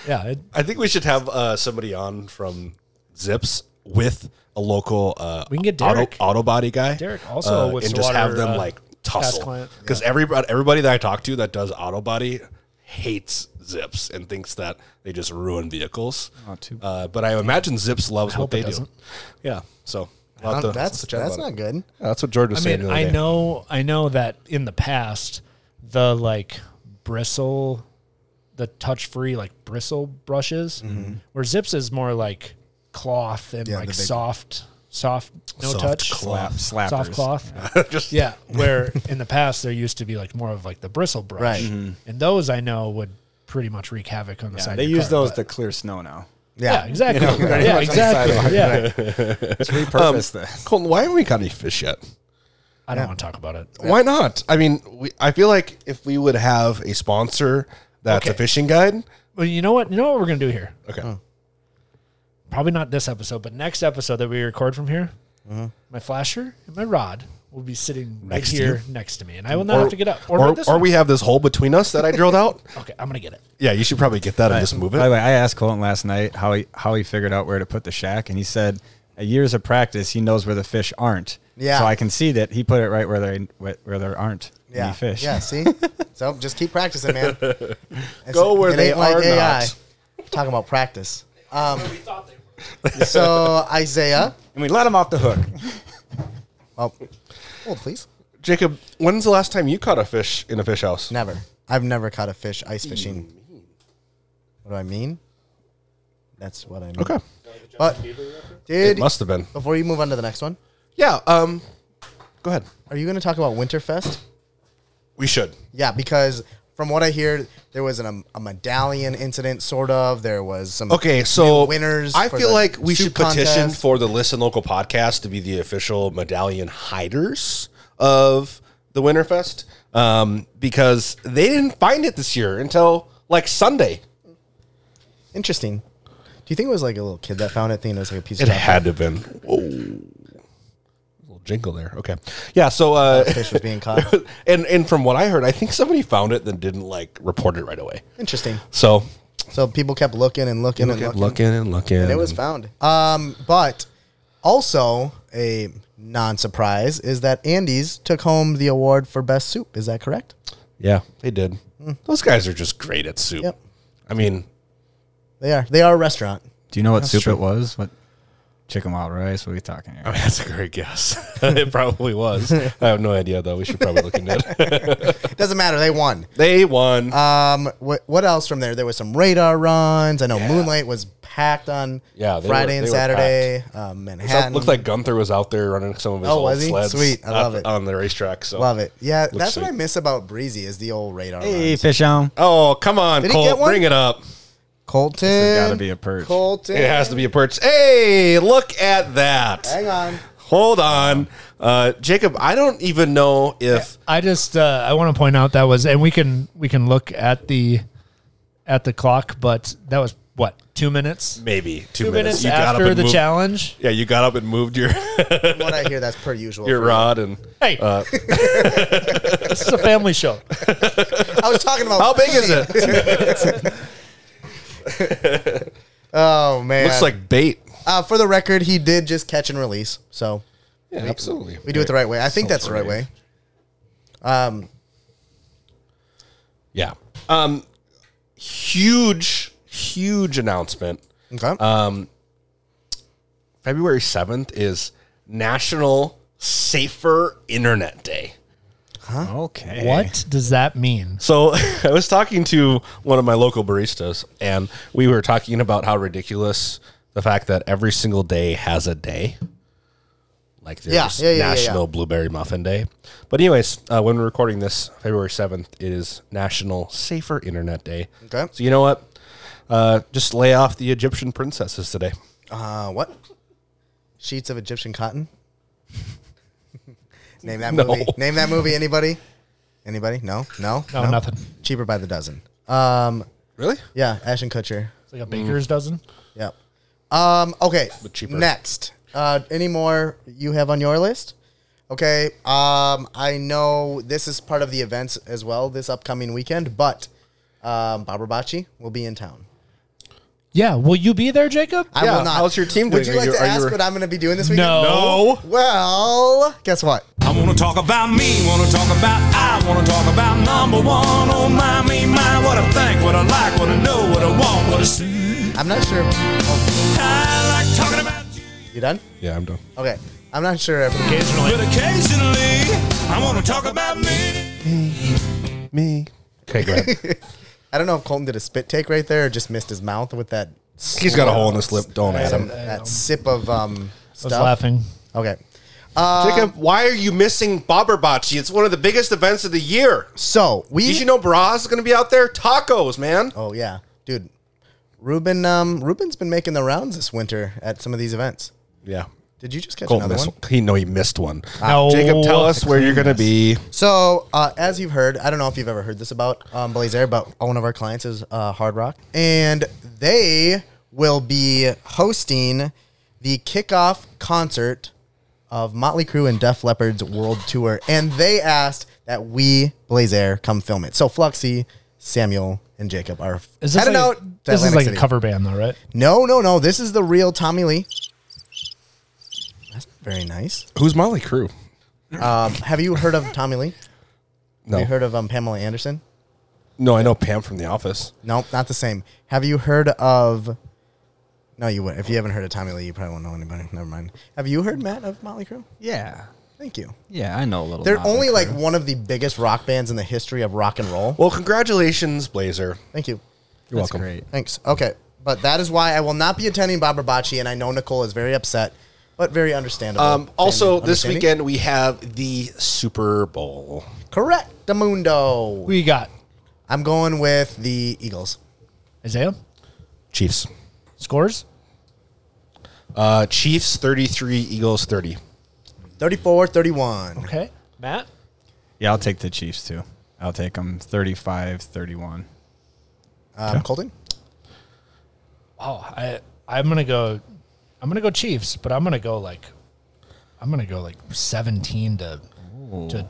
yeah it,
I think we should have uh, somebody on from Zips with a local. Uh,
We can get
auto,
Derek.
auto body guy.
Derek also
uh,
was
and
the
just have
water,
them
uh,
like
past
tussle
client.
because everybody everybody that I talk to that does auto body hates Zips and thinks that they just ruin vehicles.
too-
uh, but I imagine Zips loves what
hope
they
it
do.
doesn't.
Yeah, so. we'll
Um,
have to-
that's
we'll have to chat
that's
about
not
it.
good.
That's what George was
I
saying.
mean,
the other
I
day.
know, I know that in the past, the like bristle, the touch-free like bristle brushes, where Zips is more like cloth and
Yeah,
like
the big-
soft, soft, no
Soft
touch,
cloth.
Slap-
soft
slappers.
cloth.
Just
yeah, where in the past there used to be like more of like the bristle brush,
Right.
and those I know would pretty much wreak havoc on the side.
Mm-hmm. They
of your
use
car,
those
but-
to clear snow now.
yeah, exactly.
pretty much
yeah,
on the sidewalk,
exactly. Yeah,
It's repurposed this.
Colton, why haven't we got any fish yet?
I don't want to talk about it.
Why not? I mean, we, I feel like if we would have a sponsor that's a
Okay.
fishing guide,
Well, you know what? You know what we're gonna do here.
okay.
probably not this episode, but next episode that we record from here, my flasher and my rod will be sitting right
Mm-hmm. Next to
here
you?
next to me, and I will not have to get up. Or,
or,
this
or
one.
we have this hole between us that I drilled out.
Okay, I'm gonna get it.
Yeah, you should probably get that and just move
By the
it.
way, I asked Colton last night how he how he figured out where to put the shack, and he said at years of practice, he knows where the fish aren't.
Yeah.
So I can see that he put it right where they where where there aren't
Yeah.
any fish.
Yeah. See. so just keep practicing, man. It's-
Go where
it
they
ain't like
are
AI.
not.
Talking about practice. Um, so Isaiah.
And we let him off the hook.
Oh, hold please.
Jacob, when's the last time you caught a fish in a fish house?
Never. I've never caught a fish ice fishing. What do I mean? That's what I mean.
Okay.
But
It
dude,
must have been.
before you move on to the next one,
Yeah. Um, go ahead.
are you going to talk about Winterfest?
We should.
Yeah, because from what I hear, there was an, um, a medallion incident, sort of. There was some.
Okay, so
new winners.
I
for
feel
the
like we
soup
should petition
contest.
for the Listen Local podcast to be the official medallion hiders of the Winterfest um, because they didn't find it this year until like Sunday.
Interesting. Do you think it was like a little kid that found it, thinking it was like a piece
It
of chocolate
had to have been. Whoa. Little jingle there. Okay. Yeah, so uh,
fish was being caught?
and and from what I heard, I think somebody found it then didn't like report it right away.
Interesting.
So
So people kept looking and looking and looking.
looking and looking.
and it was found. Um, but also a non-surprise is that Andy's took home the award for best soup. Is that correct?
Yeah, they did. Those guys are just great at soup.
Hmm. Yep.
I mean,
They are. They are a restaurant.
Do you know what soup it was? What Chicken wild rice. What are we talking here?
I mean, that's a great guess. it probably was. I have no idea though. We should probably look into it.
Doesn't matter. They won.
they won.
Um, what, what else from there? There was some radar runs. I know Moonlight was packed on
Yeah, they were-
Friday and
they were
Saturday. Um,
It sound-
Manhattan
looked like Gunther was out there running some of his
Oh,
old
was he?
sleds.
Sweet. I
at-
love it.
on the racetrack. So
love it. Yeah,
Looks
that's what
sweet.
I miss about Breezy is the old radar.
Hey,
runs.
fish on.
Oh come on,
Did he get
Colt,
one?
bring it up.
Colton.
There's gotta be a perch.
Colton.
It has to be a perch. Hey, look at that.
Hang on.
Hold on, uh, Jacob. I don't even know if
I just uh, I want to point out that was, and we can we can look at the at the clock, but that was what two minutes?
maybe two,
Two minutes,
minutes, You got up
after
and
the
moved-
challenge.
Yeah, you got up and moved your
From what I hear, that's per usual.
your
for-
rod and
Hey,
Uh,
this is a family show.
I was talking about
how big is it?
Oh man,
Looks like bait.
Uh, for the record, he did just catch and release, so
Yeah, absolutely.
we do it the right way. I think
So
that's the right
brave.
way. Um,
Yeah. Um, huge, huge announcement.
okay.
February 7th is National Safer Internet Day.
Okay.
What does that mean?
So I was talking to one of my local baristas, and we were talking about how ridiculous the fact that every single day has a day. Like there's
Yeah, yeah, yeah, yeah,
National
yeah.
Blueberry Muffin Day. But, anyways, uh, when we're recording this, February 7th, it is National Safer Internet Day.
Okay.
So, you know what? Uh, just lay off the Egyptian princesses today.
uh, what? Sheets of Egyptian cotton. Name that
No.
movie. Name that movie. Anybody? Anybody? No. No.
No, nothing. It's
Cheaper by the dozen. Um,
Really?
yeah, Ashton Kutcher.
like a baker's
Mm.
dozen.
Yep. Um, okay.
cheaper.
Next. Uh, any more you have on your list? Okay. Um, I know this is part of the events as well this upcoming weekend, but um, Barbara Bocci will be in town.
Yeah, will you be there, Jacob?
I
Yeah,
will not.
how's your team
Would
doing?
you like
Are you-
to
are
ask
you-
what I'm going to be doing this weekend?
Oh!
No.
Well, guess what?
I wanna talk about me, wanna talk about I, wanna talk about number one. Oh my, me, my, what I think, what I like, what I know, what I want, what I see.
I'm not sure. Oh,
I like talking about you.
you done?
Yeah, I'm done.
Okay. I'm not sure if.
But occasionally, I wanna talk about me.
Me. Okay, go ahead.
I don't know if Colton did a spit take right there or just missed his mouth with that.
He's got a hole in his lip. Don't add
Some,
him.
that sip of um.
I
Stuff.
was laughing.
Okay.
Uh, Jacob, why are you missing Bobberbocce? It's one of the biggest events of the year.
So we.
Did you know Bras is going to be out there? Tacos, man.
Oh yeah, dude. Ruben, um, Ruben's been making the rounds this winter at some of these events.
Yeah.
Did you just catch
Colt
another
missed
one? Ah,
one. He no, he missed one.
No.
Jacob, tell us where you're going to be.
So, uh, as you've heard, I don't know if you've ever heard this about um, Blazer, but one of our clients is uh, Hard Rock, and they will be hosting the kickoff concert of Motley Crue and Def Leppard's World Tour, and they asked that we Blazer come film it. So Fluxy, Samuel, and Jacob are
Is this
heading
like,
out. to
this is
Atlantic
like
City.
a cover band, though, right?
No, no, no. This is the real Tommy Lee. That's very nice.
Who's Molly Crew?
Um, have you heard of Tommy Lee?
No.
Have you heard of um, Pamela Anderson?
No, I know Pam from The Office.
Nope, not the same. Have you heard of? No, you wouldn't. If you haven't heard of Tommy Lee, you probably won't know anybody. Never mind. Have you heard Matt of Motley Crue?
Yeah.
Thank you.
Yeah, I know a little.
They're
Motley
only
Crue.
like one of the biggest rock bands in the history of rock and roll.
Well, congratulations, Blazer.
Thank you.
You're
That's
welcome.
great.
Thanks. Okay, but that is why I will not be attending Baba Bocce, and I know Nicole is very upset, but very understandable.
Um, also, this
Understanding?
weekend we have the Super Bowl.
correct, Mundo.
Who you got?
I'm going with the Eagles.
Isaiah
Chiefs.
scores.
Uh, Chiefs 33, Eagles 30.
34 31.
Okay, Matt.
Yeah, I'll take the Chiefs too. I'll take them 35 31.
Um, Colton?
Oh, I I'm gonna go. I'm gonna go Chiefs, but I'm gonna go like I'm gonna go like 17 to to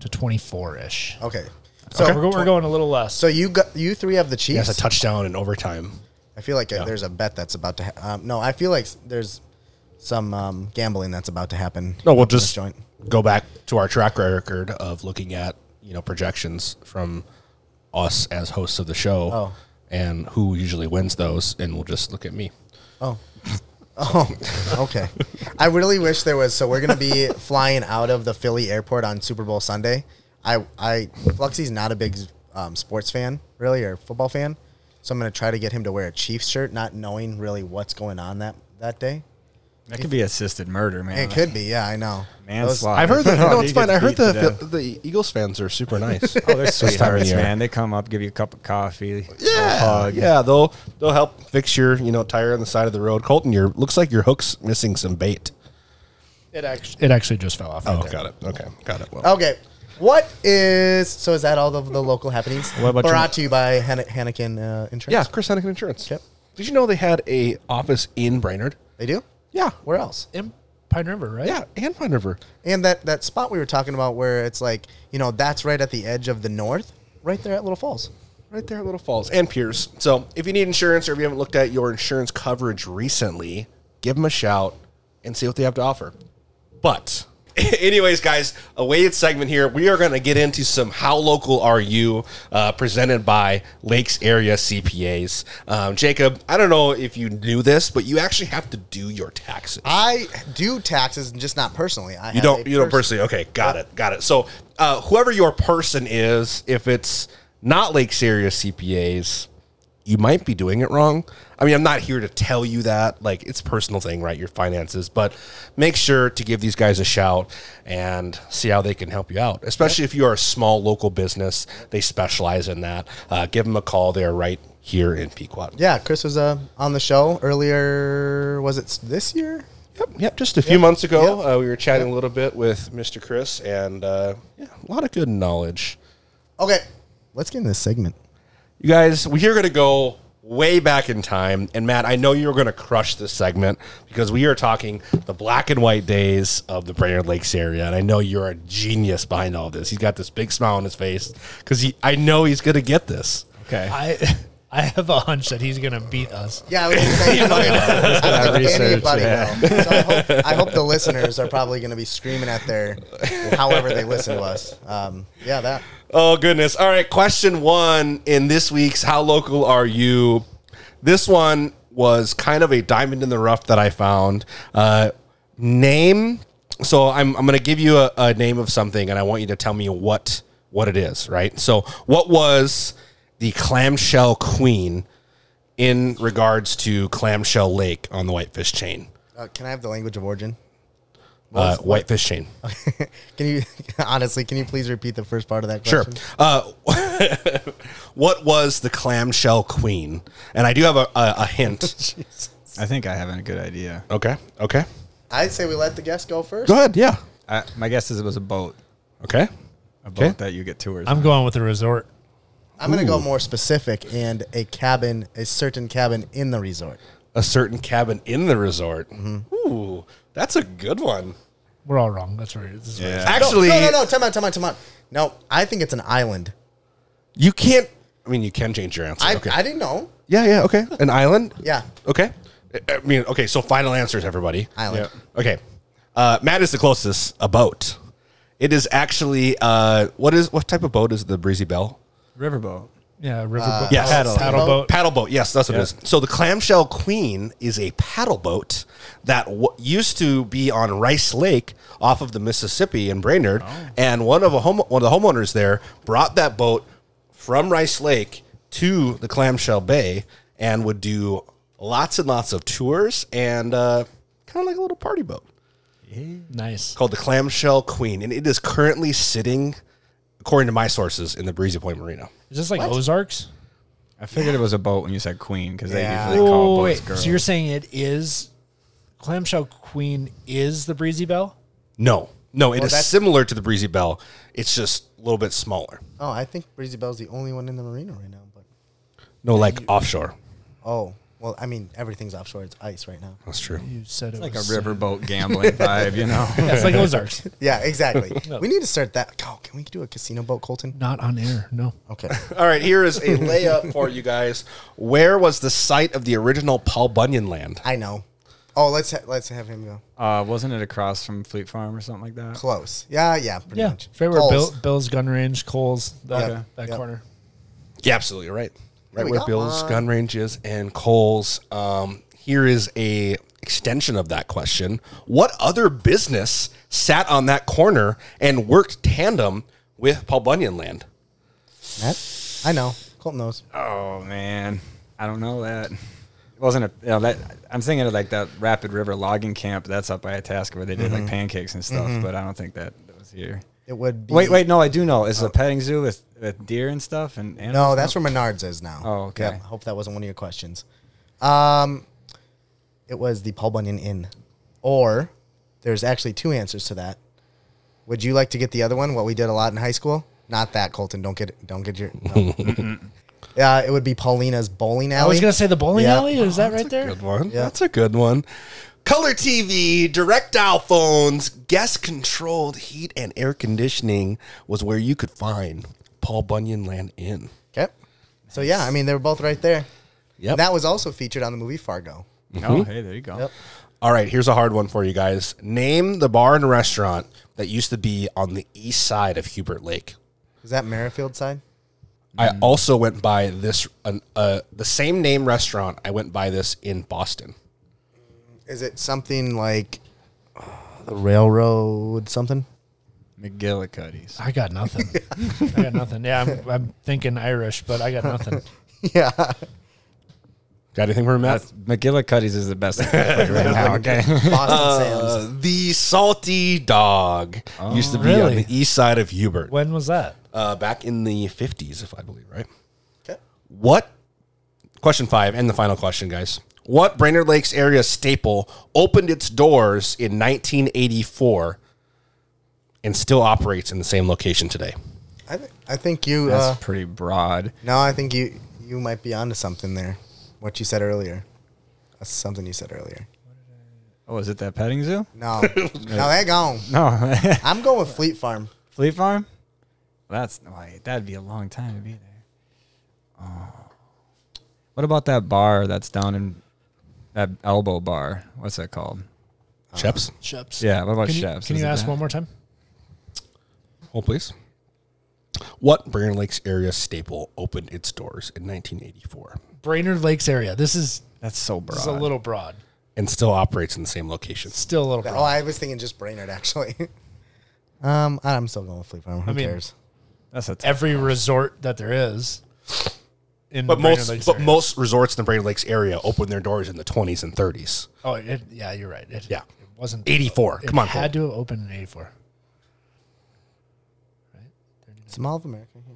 to 24 ish.
Okay. So,
We're, go- we're going a little less.
so you got you three have the
He
Chiefs.
has a touchdown in overtime.
I feel like uh, there's a bet that's about to ha- um, No, I feel like s- there's some um, gambling that's about to happen.
No, we'll
on this
just
joint.
go back to our track record of looking at you know projections from us as hosts of the show,
Oh.
and who usually wins those, and we'll just look at me.
Oh. Oh, okay. I really wish there was. So we're gonna be flying out of the Philly airport on Super Bowl Sunday. I, I, Fluxy's not a big um, sports fan, really, or football fan. So I'm gonna try to get him to wear a Chiefs shirt, not knowing really what's going on that that day.
That could be assisted murder, man.
It could be, yeah, I know.
Manslaughter.
I've heard that.
Oh,
No,
he
it's fine.
gets
I heard
beat
the
to death.
the, Eagles fans are super nice.
Oh, they're sweethearts,
here.
man. They come up, give you a cup of coffee.
yeah,
a hug.
yeah. They'll they'll help fix your you know tire on the side of the road. Colton, your looks like your hook's missing some bait.
It actually, it actually just fell off. right there.
got it. Uh, Okay, got it. Well,
Okay. What is so? Is that all of the local happenings?
What about
brought to you by Han- Hanakin uh, Insurance?
yeah, Chris Hennigan Insurance.
Yep.
Did you know they had a office in Brainerd?
they do.
Yeah,
Where else?
In Pine River, right?
yeah, and Pine River.
And that that spot we were talking about, where it's like you know, that's right at the edge of the north, right there at Little Falls.
Right there at Little Falls and Piers. So if you need insurance or if you haven't looked at your insurance coverage recently, give them a shout and see what they have to offer. But, anyways, guys, a weighted segment here. We are going to get into some How Local Are You uh, presented by Lakes Area CPAs. Um, Jacob, I don't know if you knew this, but you actually have to do your taxes.
I do taxes, just not personally. I
You don't. You don't personally. Okay, got it. Got it. So uh, whoever your person is, if it's not Lake Serious CPAs, you might be doing it wrong. I mean, I'm not here to tell you that. Like, it's a personal thing, right? Your finances, but make sure to give these guys a shout and see how they can help you out. Especially if you are a small local business, they specialize in that. Uh, give them a call. They are right here in Pequot.
Yeah, Chris was uh, on the show earlier. Was it s- this year?
Yep, yep. Just a few months ago,
Yep.
uh, we were chatting a little bit with Mr. Chris, and uh, yeah, a lot of good knowledge.
Okay, let's get in this segment.
You guys, we are going to go way back in time, and Matt, I know you're going to crush this segment because we are talking the black and white days of the Brainerd Lakes area, and I know you're a genius behind all this. He's got this big smile on his face because I know he's going to get this.
Okay.
I I have a hunch that he's gonna beat us.
Yeah, I was gonna say anybody. I don't think
research,
anybody
yeah.
will. So I hope, I hope the listeners are probably going to be screaming at their, however they listen to us. Um, yeah, that.
Oh goodness! All right, question one in this week's "How local are you?" This one was kind of a diamond in the rough that I found. Uh, name. So I'm I'm gonna give you a, a name of something, and I want you to tell me what what it is. Right. So what was the clamshell queen in regards to clamshell lake on the Whitefish Chain?
Uh, can I have the language of origin?
Uh, Whitefish Chain.
Can you honestly? Can you please repeat the first part of that?
Sure.
Question?
Uh, what was the clamshell queen? And I do have a, a, a hint.
I think I have a good idea.
okay. Okay.
I'd say we let the guests go first.
Go ahead. Yeah.
I, my guess is it was a boat.
Okay.
A boat
Okay.
that you get tours.
I'm
on.
going with a resort.
I'm going to go more specific and a cabin, a certain cabin in the resort.
A certain cabin in the resort. Ooh, that's a good one.
We're all wrong. That's right. This is right.
Yeah.
Actually,
no, no, no, time out, time out, time out. No, I think it's an island.
you can't. I mean, you can change your answer.
I,
okay.
I didn't know.
yeah. Yeah. Okay. An island.
Yeah.
Okay. I I mean, okay. So final answers, everybody.
Island.
Okay. Uh, Matt is the closest. A boat. It is actually uh, what is what type of boat is the Breezy Bell?
Riverboat.
Yeah, river boat.
Yes.
paddle,
Paddle
boat.
Paddle boat. Yes, that's what
Yeah.
it is. So the Clamshell Queen is a paddle boat that w- used to be on Rice Lake off of the Mississippi in Brainerd, and one of a home one of the homeowners there brought that boat from Rice Lake to the Clamshell Bay and would do lots and lots of tours and uh, kind of like a little party boat
Nice.
called the Clamshell Queen, and it is currently sitting, according to my sources, in the Breezy Point Marina.
Is this like Ozarks?
I figured it was a boat when you said queen because
Yeah.
they usually call
Oh,
boats
wait.
girls.
So you're saying it is clamshell queen is the breezy bell?
No, no, it is
that's-
similar to the Breezy Bell. It's just a little bit smaller.
Oh, I think Breezy Bell's the only one in the marina right now. But
No, like offshore.
oh, well, I mean, everything's offshore. It's ice right now.
That's true.
You said it
like a
was
riverboat gambling vibe, you know?
Yeah, it's like Ozarks.
Yeah, exactly. We need to start that. Oh, can we do a casino boat, Colton?
Not on air. No.
Okay.
All right, here is a layup for you guys. Where was the site of the original Paul Bunyan land?
I know. Oh, let's ha- let's have him go.
Uh, wasn't it across from Fleet Farm or something like that?
Close. Yeah, yeah, pretty
Yeah.
much.
Right where Bill,
Coles.
Bill's gun range, Cole's, that,
Yeah.
that
Yeah.
corner.
Yeah, absolutely right. Right
we
where
go.
Bill's gun range is and Cole's. Um, here is a extension of that question, what other business sat on that corner and worked tandem with Paul Bunyan Land?
Matt? I know. Colton knows.
Oh man, I don't know that. It wasn't a you know, that. I'm thinking of like that Rapid River logging camp that's up by Itasca where they did like pancakes and stuff, but I don't think that, that was here.
Mm-hmm. It would be. Oh.
Wait, wait, no, I do know. It's a petting zoo with, with deer and stuff and animals.
No, that's where Menards is now.
Oh, okay.
Yep, hope that wasn't one of your questions. Um, it was the Paul Bunyan Inn, or there's actually two answers to that. Would you like to get the other one? What we did a lot in high school? Not that, Colton. Don't get don't get your. No. uh, it would be Paulina's bowling alley.
I was gonna say the bowling
Yeah.
alley. Is that right there?
Good one. That's a good one. Color TV, direct dial phones, guest controlled heat and air conditioning was where you could find Paul Bunyan Land Inn.
Yep. So yeah, I mean they were both right there.
Yep.
That was also featured on the movie Fargo.
No, hey, there you go.
Mm-hmm. Yep.
All right, here's a hard one for you guys. Name the bar and restaurant that used to be on the east side of Hubert Lake.
Is that Merrifield side?
I also went by this an, uh, the same name restaurant. I went by this in Boston.
Is it something like uh, the railroad something?
McGillicuddy's.
I got nothing. I got nothing. Yeah, I'm, I'm thinking Irish, but I got nothing. Ah,
yeah.
Got anything for me, Matt?
That's, McGillicuddy's is the best. right now, okay.
Boston Sam's.
Uh, the Salty Dog used to be on
Really?
the east side of Hubert.
When was that?
uh, back in the 50s, if I believe right.
Okay.
What question five and the final question, guys? What Brainerd Lakes area staple opened its doors in 1984 and still operates in the same location today?
Uh-huh.
I, th- I think you. Uh,
That's pretty broad.
no, I think you you might be onto something there. What you said earlier. That's something you said earlier.
Oh, is it that petting zoo?
No, no, hang on.
No,
I'm going with Fleet Farm.
Fleet Farm. That's why that'd be a long time to be there. Oh. What about that bar that's down in that elbow bar? What's that called?
Chips?
Chips.
Yeah, what about
Can you,
chefs?
Can
Is
you
it
ask
that?
one more time?
Hold, please. What Brainerd Lakes area staple opened its doors in 1984
Brainerd Lakes area. This is
That's so broad.
this is a little broad.
and still operates in the same location?
Still a little broad.
Oh, I was thinking just Brainerd actually. um, I'm still going with Fleet Farm. Who
mean-
cares?
That's a tough
Every resort that there is. In
But
the Brainerd
most,
Lakes
but
area.
most resorts in the Brainerd Lakes area opened their doors in the 20s and 30s.
Oh, it, yeah, you're right. It,
Yeah.
it wasn't
84.
It
Come on,
had to have opened in '84.
It's the Mall of America. here.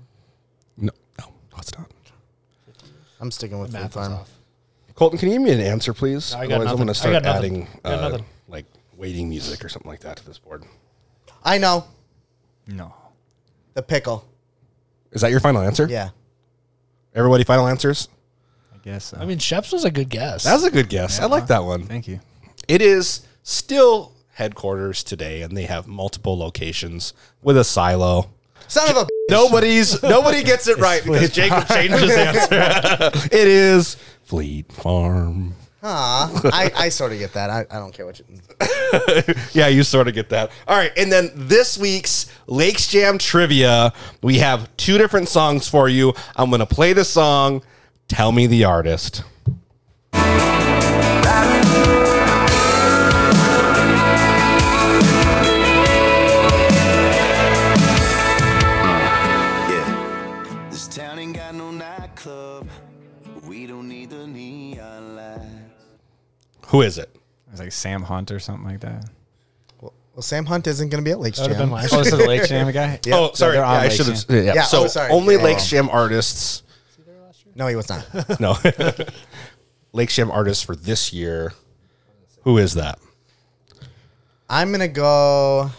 No, no, it's not.
I'm sticking with Fleet
Math was
Farm.
off.
Colton, can you give me an answer, please?
I got
Otherwise, I'm
nothing.
going
I
to start
got nothing.
adding
I got
uh,
nothing.
like waiting music or something like that to this board.
I know
no.
the pickle.
Is that your final answer?
Yeah.
Everybody, final answers.
I guess so.
I mean, Chefs was a good guess.
That was a good guess. I like that one.
Thank you.
It is still headquarters today, and they have multiple locations with a silo.
Son of a.
Nobody's nobody gets it right because Jacob changed his answer. it is Fleet Farm.
Aw, I, I sort of get that. I, I don't care what you.
Yeah, you sort of get that. All right, and then this week's Lakes Jam trivia, we have two different songs for you. I'm going to play the song. Tell me the artist.
Yeah. This town ain't got no nightclub. We don't need the neon lights.
Who is it?
It was like Sam Hunt or something like that.
Well, Sam Hunt isn't going to be at Lakes
That would have
Jam.
been last
Oh,
year.
so the Lake Jam guy? Yeah.
oh, sorry.
they're
Yeah,
on
I
Lake
should
Jam.
have. Yeah.
Yeah,
so
oh, sorry.
only
Yeah.
Lakes Jam artists.
No, he was not.
No. Lakes Jam artists for this year. Who is that?
I'm gonna go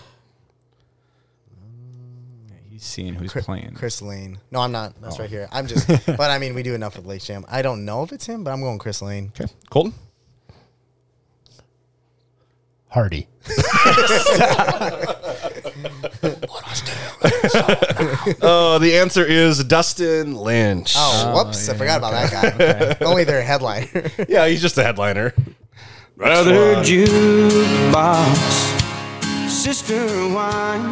He's seeing who's playing.
Chris Lane. No, I'm not. That's
Oh.
right here. I'm just. but I mean, we do enough with Lake Jam. I don't know if it's him, but I'm going Chris Lane.
Okay. Colton?
Hardy.
Oh, the answer is Dustin Lynch.
Oh, whoops! I forgot about that guy. Only their headliner.
Yeah, he's just a headliner.
Brother jukebox, sister wine,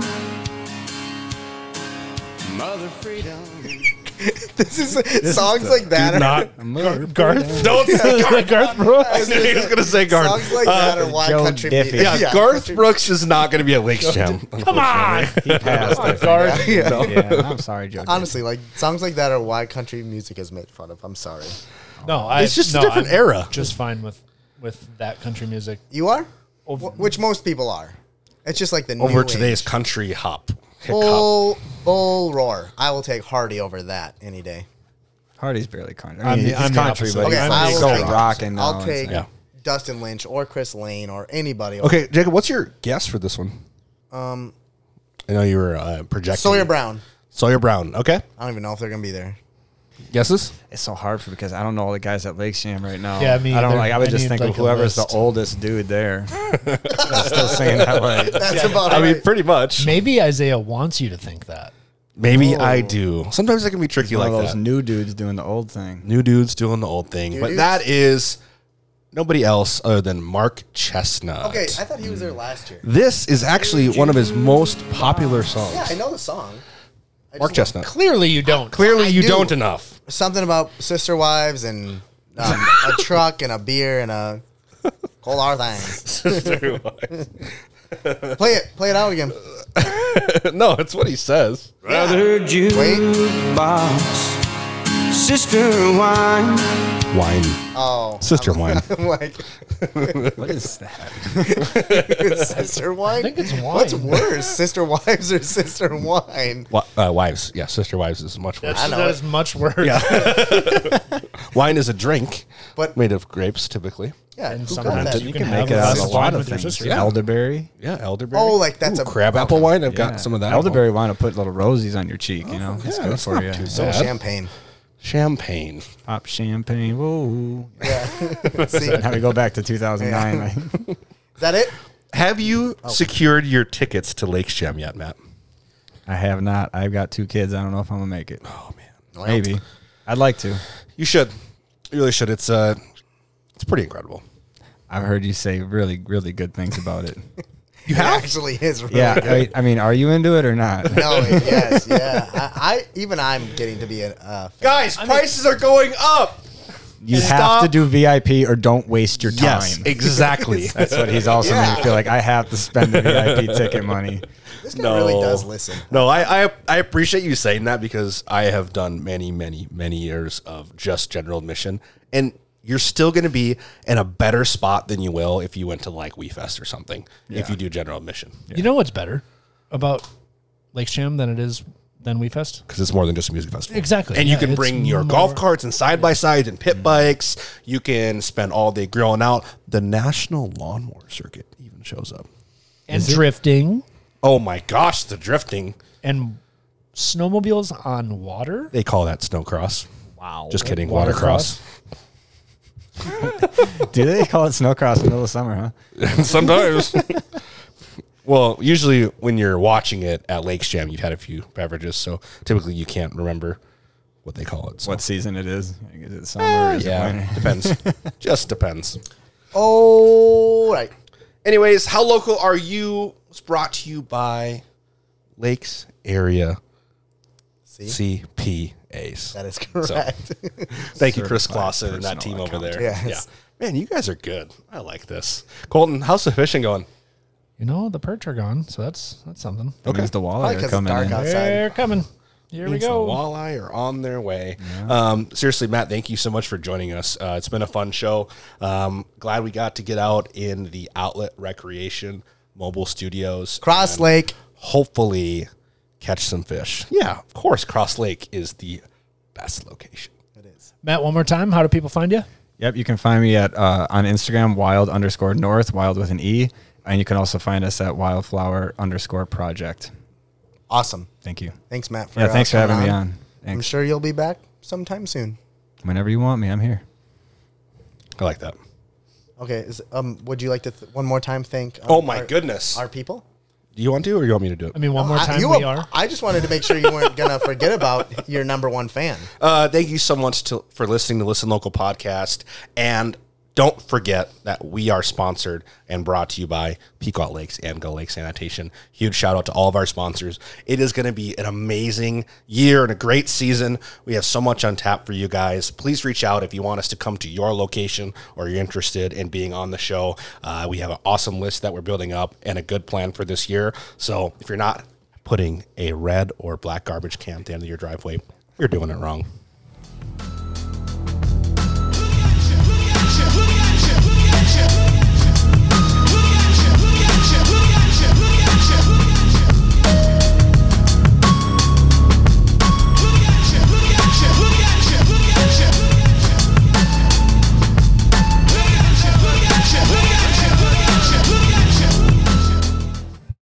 mother freedom.
this is songs like that.
Dude,
are-
not Garth.
Don't say Garth.
Garth Brooks.
he was gonna say Garth.
Songs like
Uh,
that are why
Joe
country
Diffie.
music.
yeah, Garth
country-
Brooks is not gonna be a Lakes Gem.
Come on.
He passed. I think.
Garth.
Yeah.
Yeah, I'm sorry, Joe.
Honestly, like songs like that are why country music is made fun of. I'm sorry.
No, I,
It's just a
no,
different
I'm
era.
Just fine with with that country music.
You are, Wh- which most people are. It's just like the
Over
new
today's country hop.
age. bull bull roar. I will take Hardy over that any day.
Hardy's barely country.
I'm
I mean,
the-
he's
I'm the
country,
opposite.
but
Okay,
he's
I'm
I
the
will
so
take,
rocking now.
I'll
it's
take
like-
Yeah.
Dustin Lynch or Chris Lane or anybody. over-
Okay, Jacob, what's your guess for this one? Um, I know you were uh, projecting
Sawyer Brown.
Sawyer Brown. Okay,
I don't even know if they're gonna be there.
guesses.
it's so hard for because I don't know all the guys at Lake Sham right now.
Yeah, me
I don't
either.
like. I would
I
just
need,
think of
like, a
whoever's the
list.
oldest dude there. I'm still saying that way.
That's about.
I
it.
mean, pretty much.
Maybe Isaiah wants you to think that.
Maybe I do. Sometimes it can be tricky
One
like
of those
that.
new dudes doing the old thing.
New dudes doing the old thing, but
dudes?
that is nobody else other than Mark Chestnut.
okay, I thought he was there last year.
this is actually one of his most popular songs.
Yeah, I know the song. I
Mark
just-
Chestnut.
Clearly, you don't.
Clearly, you
do.
don't enough.
Something about sister wives and um, a truck and a beer and a cold our thing. Play it. Play it out again.
no, it's what he says.
Brother
Wait.
Jukebox, Sister Wine.
Wine,
Oh.
sister wine.
I'm like,
What is that?
sister wine? I
think it's wine.
What's worse, sister wives or sister wine?
Wi- uh, wives, yeah, sister wives is much worse.
That's,
I know
that
it.
is much worse.
Wine is a drink,
But-
made of grapes typically.
Yeah, who
And
got
sometimes
that?
you,
You
can,
can
have
make it out
glass
of a
of
lot
wine
of
with your
things.
sister.
Elderberry.
Yeah, elderberry.
Oh, like that's a-
crab apple wine. I've got some of that. Oh,
Elderberry wine will put little rosies on your cheek. You know, it's
yeah,
good
that's
for
not
you.
too
Oh,
bad.
champagne.
Champagne.
Pop champagne. Whoa.
See, is
How we go back to 2009.
that it?
Have you secured your tickets to Lakes Jam yet, Matt?
I have not. I've got two kids. I don't know if I'm gonna make it. Oh man, maybe. I'd like to.
You should. You really should. It's uh, it's pretty incredible.
I've heard you say really, really good things about it.
You have? It actually is really
yeah,
good.
I, I mean, are you into it or not?
No, it- yes, yeah. I, I even I'm getting to be a uh, fan.
Guys, prices are going up.
You
Stop.
have to do VIP or don't waste your time.
Yes, exactly.
That's what he's also
Yeah.
made me feel like I have to spend the VIP ticket money.
This guy really does listen.
No, I, I I appreciate you saying that because I have done many, many, many years of just general admission, and you're still going to be in a better spot than you will if you went to like WeFest or something. If you do general admission,
You know what's better about Lake Sham than it is than WeFest?
because it's more than just a music festival.
Exactly,
and
yeah,
you can
it's
bring your
more-
golf carts and side by sides and pit bikes. You can spend all day grilling out. The National Lawnmower Circuit even shows up.
And drifting
Oh my gosh, the drifting!
and snowmobiles on water.
They call that snow cross.
Wow.
Just kidding,
Water
water cross.
Do they call it snowcross in the middle of summer, huh?
Sometimes. well, usually when you're watching it at Lakes Jam, you've had a few beverages, so typically you can't remember what they call it. So.
What season it is? Is it summer? Or is it
Yeah,
winter?
depends. Just depends.
All right.
Anyways, how local are you? It's brought to you by Lakes Area CPAs.
That is correct.
Thank you, Chris
Certified
Clausen and that
personal
team over there.
Yes.
Yeah. Man, you guys are good. I like this. Colton, how's the fishing going?
You know the perch are gone, so that's that's something.
That means the
Probably
walleye
'cause
are
it's
coming
dark
in.
outside.
They're coming. Here we
means the
go.
walleye are on their way. Um, seriously, Matt, thank you so much for joining us. Uh, it's been a fun show. Um, glad we got to get out in the Outlet Recreation Mobile Studios.
Cross
and
Lake.
Hopefully, catch some fish. Yeah, of course. Cross Lake is the best location.
Matt, one more time. How do people find you?
Yep, you can find me at uh, on Instagram wild underscore north wild with an e, and you can also find us at wildflower underscore project.
Awesome.
Thank you.
Thanks, Matt. For,
Yeah,
uh,
thanks for
coming
having me on.
I'm
Thanks.
sure you'll be back sometime soon.
Whenever you want me, I'm here.
I like that.
Okay. Is, um, would you like to th- one more time thank? um,
Oh my
our,
goodness!
Our people. Oh,
do you want to, or you want me to do it?
I mean, one more
Uh, I-
time.
you
we
were-
are.
I just wanted to make sure you weren't gonna forget about your number one fan.
Uh, thank you so much to, for listening to Listen Local podcast and don't forget that we are sponsored and brought to you by Pequot Lakes and Gull Lake Sanitation. Huge shout out to all of our sponsors. It is going to be an amazing year and a great season. We have so much on tap for you guys. Please reach out if you want us to come to your location or you're interested in being on the show. Uh, we have an awesome list that we're building up and a good plan for this year. So if you're not putting a red or black garbage can at the end of your driveway, you're doing it wrong.